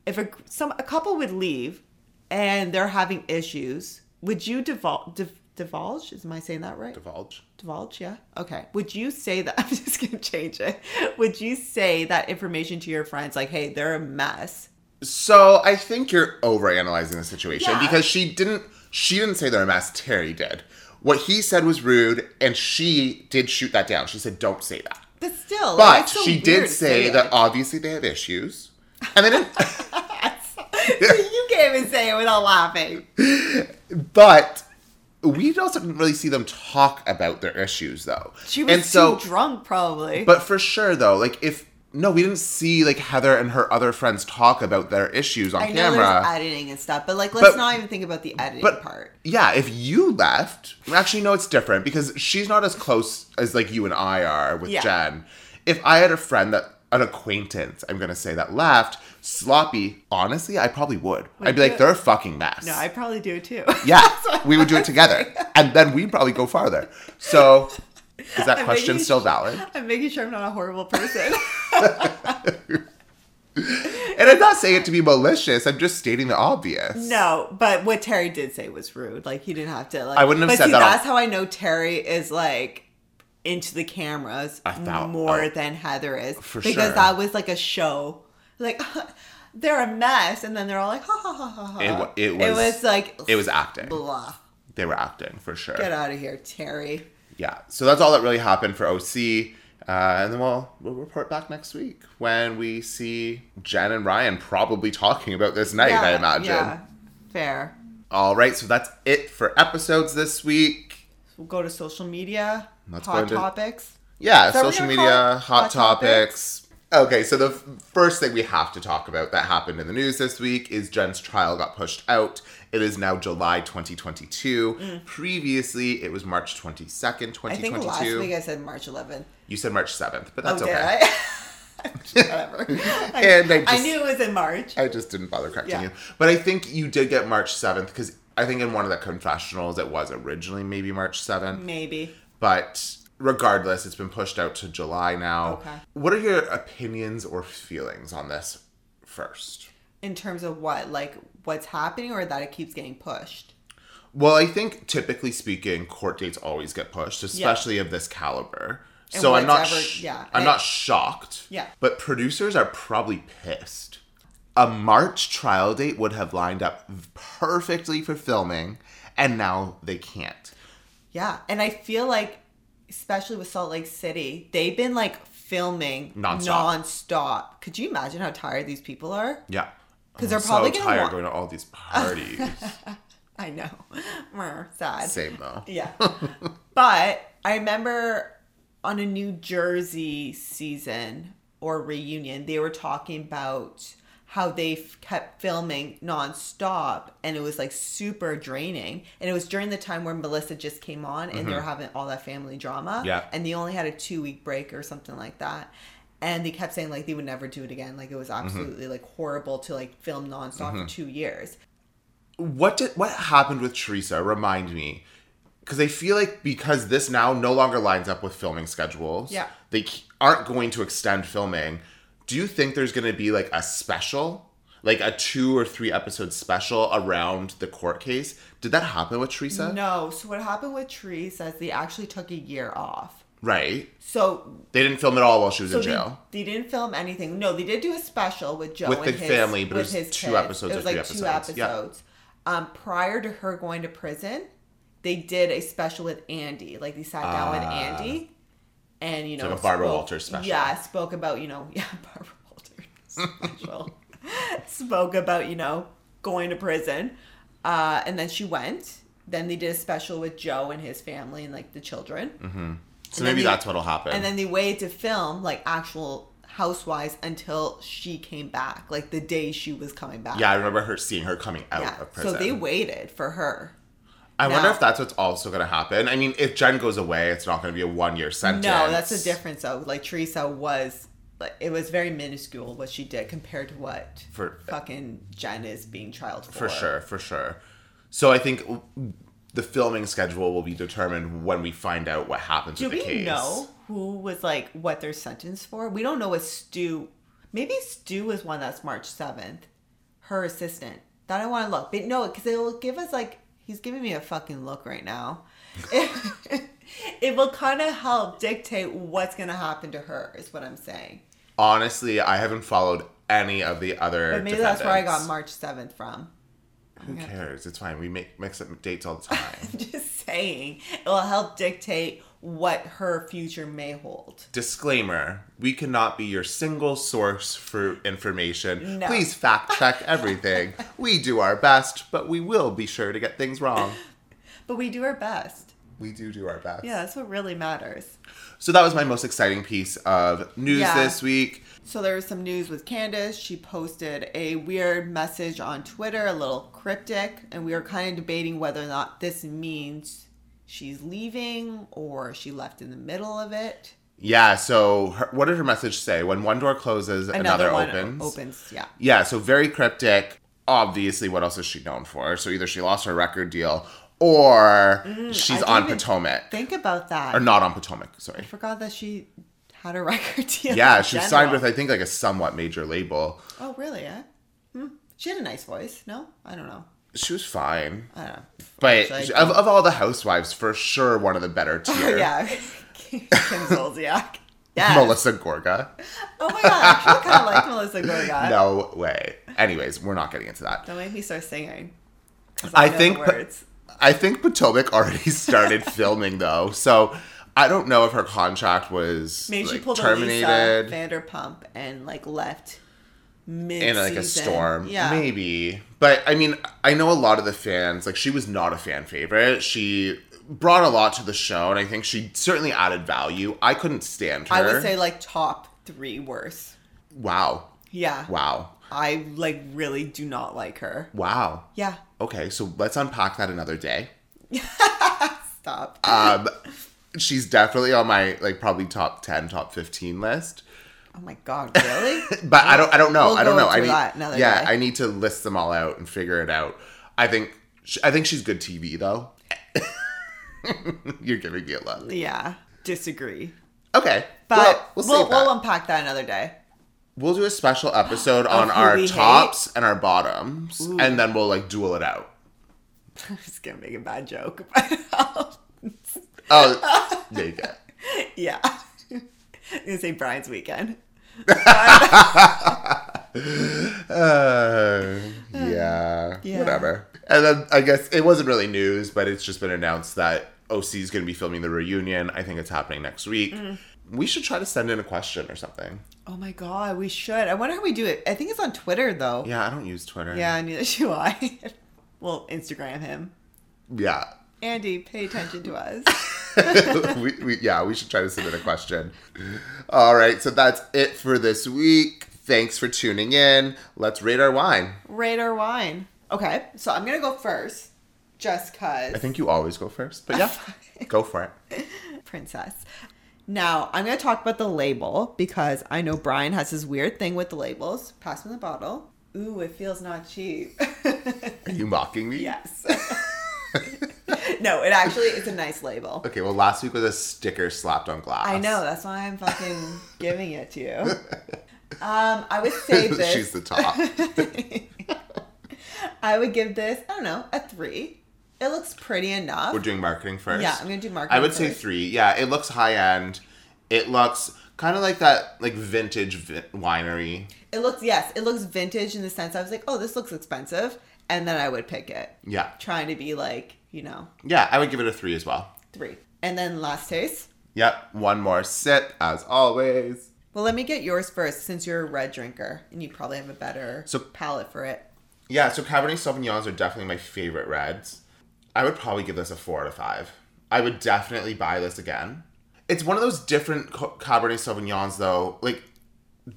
S2: If a some a couple would leave and they're having issues, would you divulge? Div- divulge? Is am I saying that right?
S1: Divulge.
S2: divulge yeah okay would you say that <laughs> i'm just gonna change it would you say that information to your friends like hey they're a mess
S1: So I think you're overanalyzing the situation
S2: Yeah.
S1: because she didn't she didn't say they're a mess, Terry did. What he said was rude, and she did shoot that down. She said, Don't say that.
S2: But still, like,
S1: But
S2: it's so
S1: she
S2: weird
S1: did
S2: to
S1: say
S2: it.
S1: that obviously they had issues. And they didn't
S2: <laughs>
S1: <laughs>
S2: you can't even say it without laughing.
S1: but we also didn't really see them talk about their issues though.
S2: She was
S1: and so
S2: too drunk, probably.
S1: but for sure though, like if no, we didn't see like Heather and her other friends talk about their issues on
S2: I know there's
S1: camera.
S2: editing and stuff, but like, let's
S1: But-
S2: not even think about the editing
S1: but-
S2: part.
S1: yeah, if you left, actually no, it's different because she's not as close as like you and I are with
S2: Yeah.
S1: Jen. If I had a friend that an acquaintance, I'm gonna say that left sloppy. Honestly, I probably would. I'd be like,
S2: you-
S1: they're a fucking mess.
S2: No, I <laughs> probably do too.
S1: Yeah, we would do it together, and then we'd probably go farther. So, is
S2: <laughs>
S1: that
S2: I'm
S1: question
S2: making-
S1: still valid?
S2: I'm making sure I'm not a
S1: <laughs>
S2: horrible person.
S1: And I'm not saying it to be malicious. I'm just stating the obvious.
S2: no, but what Terry did say was rude. Like he didn't have to. Like
S1: I wouldn't have
S2: but
S1: said
S2: see,
S1: that on-
S2: That's how I know Terry is like into the cameras
S1: I thought-
S2: more
S1: oh.
S2: than Heather is
S1: For
S2: because
S1: sure.
S2: that was like a show like <laughs> they're a mess, and then they're all like ha ha ha ha ha.
S1: It wa- it
S2: it
S1: was-
S2: was like
S1: It was acting.
S2: <laughs> blah.
S1: They were acting for sure.
S2: Get out of here, Terry.
S1: Yeah. So that's all that really happened for OC. Uh, and then we'll, we'll report back next week when we see Jen and Ryan probably talking about this night, I imagine.
S2: fair.
S1: All right. So that's it for episodes this week.
S2: We'll go to social media,
S1: Let's go
S2: hot
S1: into-
S2: topics.
S1: Yeah,
S2: that what
S1: social
S2: you're gonna call
S1: media,
S2: it?
S1: hot,
S2: Hot
S1: topics. Okay, so the f- first thing we have to talk about that happened in the news this week is Jen's trial got pushed out. It is now July 2022. Previously, it was March 22nd, 2022.
S2: Mm. I think last week I said March 11th.
S1: you said March 7th, but that's
S2: oh,
S1: okay.
S2: did
S1: <laughs>
S2: I? <laughs> Whatever. I,
S1: And I just-
S2: knew it was in March.
S1: I just didn't bother correcting
S2: Yeah.
S1: you. But I think you did get March 7th because I think in one of the confessionals it was originally maybe March 7th.
S2: Maybe.
S1: But regardless, it's been pushed out to July now.
S2: Okay.
S1: What are your opinions or feelings on this first?
S2: In terms of what? Like what's happening or that it keeps getting pushed?
S1: Well, I think typically speaking, court dates always get pushed, especially of this caliber.
S2: And
S1: so I'm not,
S2: whatever-
S1: sh-
S2: yeah.
S1: I'm
S2: I-
S1: not shocked.
S2: Yeah.
S1: But producers are probably pissed. A March trial date would have lined up perfectly for filming, and now they can't.
S2: Yeah. And I feel like, especially with Salt Lake City, they've been like filming
S1: Nonstop.
S2: nonstop. Could you imagine how tired these people are?
S1: Yeah.
S2: 'Cause they're
S1: I'm
S2: probably
S1: so
S2: gonna
S1: tired
S2: want-
S1: going to all these
S2: <laughs>
S1: parties.
S2: I know. <laughs> Mer, Sad.
S1: Same though.
S2: Yeah. but I remember on a New Jersey season or reunion, they were talking about how they f- kept filming nonstop and it was like super draining. And it was during the time where Melissa just came on and they were having all that family drama.
S1: Yeah.
S2: And they only had a two week break or something like that. And they kept saying like they would never do it again. Like it was absolutely like horrible to like film nonstop for two years.
S1: What did what happened with Teresa? Remind me, because I feel like because this now no longer lines up with filming schedules.
S2: Yeah.
S1: they c- aren't going to extend filming. Do you think there's going to be like a special, like a two or three episode special around the court case? Did that happen with Teresa?
S2: No. So what happened with Therese is they actually took a year off.
S1: Right.
S2: So,
S1: They didn't film it all while she was
S2: so
S1: in jail.
S2: They, they didn't film anything. No, they did do a special with Joe
S1: With
S2: and
S1: the
S2: his,
S1: family, but it
S2: with
S1: was
S2: his
S1: two
S2: kids.
S1: episodes
S2: It
S1: or
S2: was
S1: three
S2: like two
S1: episodes. Yeah.
S2: episodes. Um, prior to her going to prison, they did a special with Andy. Like they sat down with
S1: Ah.
S2: Andy, and you know,
S1: like a Barbara Walters special.
S2: Yeah, spoke about you know, <laughs> yeah, Barbara Walters special. <laughs> spoke about you know going to prison, uh, and then she went. Then they did a special with Joe and his family and like the children.
S1: So
S2: and then
S1: maybe
S2: they-
S1: that's what'll happen.
S2: And then they waited to film like actual housewives until she came back, like the day she was coming back.
S1: yeah, I remember her seeing her coming out
S2: Yeah.
S1: of
S2: So
S1: prison.
S2: they waited for her.
S1: I wonder
S2: now.
S1: if that's what's also going to happen. I mean, if Jen goes away, it's not going to be a one year sentence.
S2: No, that's the difference though. Like Teresa was like it was very minuscule what she did compared to what
S1: For-
S2: fucking Jen is being trialed for.
S1: For sure, for sure. So I think the filming schedule will be determined when we find out what happens
S2: Do
S1: with
S2: we
S1: the case.
S2: know who was like what they're sentenced for? We don't know what Stu maybe Stu is one that's March seventh. Her assistant. That I want to look. But no, because it'll give us like he's giving me a fucking look right now. <laughs> it, it will kind of help dictate what's gonna happen to her, is what I'm saying.
S1: Honestly, I haven't followed any of the other.
S2: But maybe that's where I got
S1: defendants.
S2: March seventh from. <laughs>
S1: Who cares? It's fine. We make mix up dates all the
S2: <laughs>
S1: time.
S2: I'm just saying it will help dictate what her future may hold.
S1: Disclaimer: We cannot be your single source for information.
S2: No.
S1: Please fact check
S2: <laughs>
S1: everything. we do our best, but we will be sure to get things wrong.
S2: But we do our best.
S1: We do do our best.
S2: Yeah, that's what really matters.
S1: So that was my most exciting piece of news
S2: Yeah.
S1: this week.
S2: So there was some news with Candace. She posted a weird message on Twitter, a little cryptic, and we were kind of debating whether or not this means she's leaving or she left in the middle of it.
S1: Yeah. So, her, what did her message say? When one door closes, another,
S2: one
S1: opens.
S2: Opens, yeah.
S1: Yeah. So very cryptic. Obviously, what else is she known for? So either she lost her record deal, or she's
S2: didn't
S1: on
S2: even
S1: Potomac,
S2: Mm-hmm. Think about that.
S1: or not on Potomac. Sorry.
S2: I forgot that she had a <laughs> record deal.
S1: Yeah,
S2: in
S1: she was signed
S2: general.
S1: with I think like a somewhat major label.
S2: Oh, really? Yeah. Hmm. She had a nice voice. No, I don't know.
S1: She was fine,
S2: I don't know.
S1: but
S2: Actually, I
S1: of, <laughs>
S2: <laughs> Oh,
S1: of all the housewives, for sure one of the better tier.
S2: yeah. Kim Zolciak.
S1: <laughs>
S2: Yes.
S1: Melissa Gorga.
S2: Oh my god, I actually kind of like Melissa Gorga.
S1: <laughs> No way. Anyways, we're not getting into that.
S2: Don't make me start singing. 'cause
S1: I
S2: know the
S1: think-
S2: words.
S1: I think Potomac already <laughs>
S2: <laughs>
S1: started filming though, so I don't know if her contract was
S2: Maybe she
S1: like,
S2: pulled
S1: terminated
S2: a Lisa Vanderpump and like left mid
S1: in like a storm.
S2: Yeah.
S1: Maybe. But I mean, I know a lot of the fans, like she was not a fan favorite. She brought a lot to the show and I think she certainly added value. I couldn't stand her.
S2: I would say like top three worst.
S1: Wow.
S2: Yeah.
S1: Wow.
S2: I like really do not like her.
S1: Wow.
S2: Yeah.
S1: Okay, so let's unpack that another day.
S2: Stop. <laughs>
S1: Um she's definitely on my like probably top 10, top 15 list.
S2: oh my
S1: <laughs>
S2: god, really?
S1: But I don't I don't know.
S2: We'll
S1: I don't
S2: go
S1: know. I
S2: through
S1: need
S2: that another
S1: Yeah,
S2: day.
S1: I need to list them all out and figure it out. I think sh- I think she's good TV though. <laughs> You're giving me a look.
S2: yeah. Disagree.
S1: Okay.
S2: But
S1: well, we'll,
S2: we'll,
S1: save
S2: we'll,
S1: that.
S2: unpack that another day. <laughs>
S1: We'll do a special episode on
S2: who
S1: our
S2: we
S1: tops and our bottoms, and then we'll like duel it out.
S2: I'm just gonna make a bad joke. but-
S1: Oh, <laughs> make it.
S2: <laughs> yeah. <laughs> I'm gonna say Brian's weekend.
S1: Uh, yeah,
S2: Yeah.
S1: whatever. And then I guess it wasn't really news, but it's just been announced that OC is going to be filming the reunion. I think it's happening next week.
S2: Mm.
S1: We should try to send in a question or something.
S2: Oh my god, we should. I wonder how we do it. I think it's on Twitter though.
S1: Yeah, I don't use Twitter.
S2: Yeah, neither do I. <laughs> we'll Instagram him.
S1: yeah. <laughs>
S2: Andy, pay attention to us.
S1: we, we, yeah, we should try to submit a question. All right, so that's it for this week. Thanks for tuning in. Let's rate our wine.
S2: Rate our wine. Okay, so I'm gonna go first, just cause.
S1: I think you always go first,
S2: <laughs>
S1: but yeah, go for it.
S2: princess. Now I'm gonna talk about the label because I know Brian has his weird thing with the labels. Pass me the bottle. Ooh, it feels not cheap. <laughs>
S1: Are you mocking me?
S2: yes. <laughs> no, it actually it's a nice label.
S1: Okay, well, last week was a sticker slapped on glass.
S2: I know. That's why I'm fucking giving it to you.
S1: <laughs>
S2: Um, I would say this.
S1: She's the top.
S2: <laughs> I would give this. I don't know a three. It looks pretty enough.
S1: We're doing marketing first.
S2: Yeah, I'm gonna do marketing
S1: I would say
S2: first.
S1: three. Yeah, it looks high end. It looks kind of like that, like vintage vi- winery.
S2: it looks yes, it looks vintage in the sense I was like, oh, this looks expensive, and then I would pick it,
S1: Yeah,
S2: trying to be like you know
S1: yeah, I would give it a three as well.
S2: three, and then last taste.
S1: Yep, one more sip as always.
S2: Well, let me get yours first since you're a red drinker and you probably have a better
S1: So-
S2: palate for it.
S1: Yeah, so Cabernet Sauvignons are definitely my favorite reds. I would probably give this a four out of five. I would definitely buy this again. It's one of those different Co- Cabernet Sauvignons, though. Like,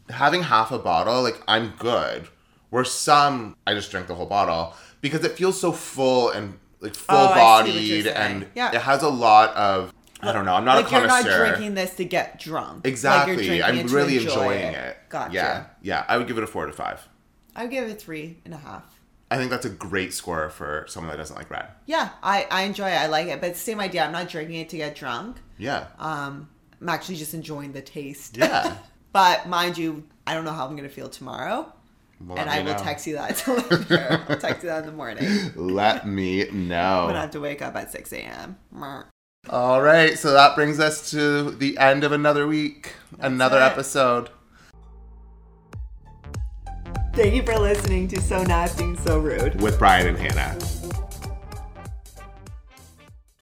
S1: having half a bottle, like, I'm good. Where some, I just drink the whole bottle because it feels so full and, like, full
S2: Oh, I see what
S1: bodied.
S2: you're saying.
S1: And
S2: Yeah.
S1: it has a lot of, I don't know, I'm not a
S2: like you're not
S1: connoisseur.
S2: drinking this to get drunk.
S1: exactly.
S2: Like you're drinking
S1: I'm
S2: it to
S1: really
S2: enjoy
S1: enjoying it. it.
S2: Gotcha.
S1: Yeah. Yeah. I would give it a four out of five.
S2: I would give it three and a half.
S1: I think that's a great score for someone that doesn't like red.
S2: Yeah, I, I enjoy it. I like it. But it's the same idea. I'm not drinking it to get drunk.
S1: Yeah.
S2: Um, I'm actually just enjoying the
S1: <laughs>
S2: taste.
S1: Yeah.
S2: but mind you, I don't know how I'm going to feel tomorrow.
S1: Well,
S2: and
S1: let
S2: I
S1: me
S2: will
S1: know.
S2: text you that <laughs> later. I'll text you that in the morning. I'm
S1: Let me
S2: going to
S1: know.
S2: have to wake up at 6 a.m. Mer.
S1: All right, so that brings us to the end of another week, another
S2: it.
S1: episode.
S2: Thank you for listening to So Nasty and So Rude.
S1: With Brian and Hannah.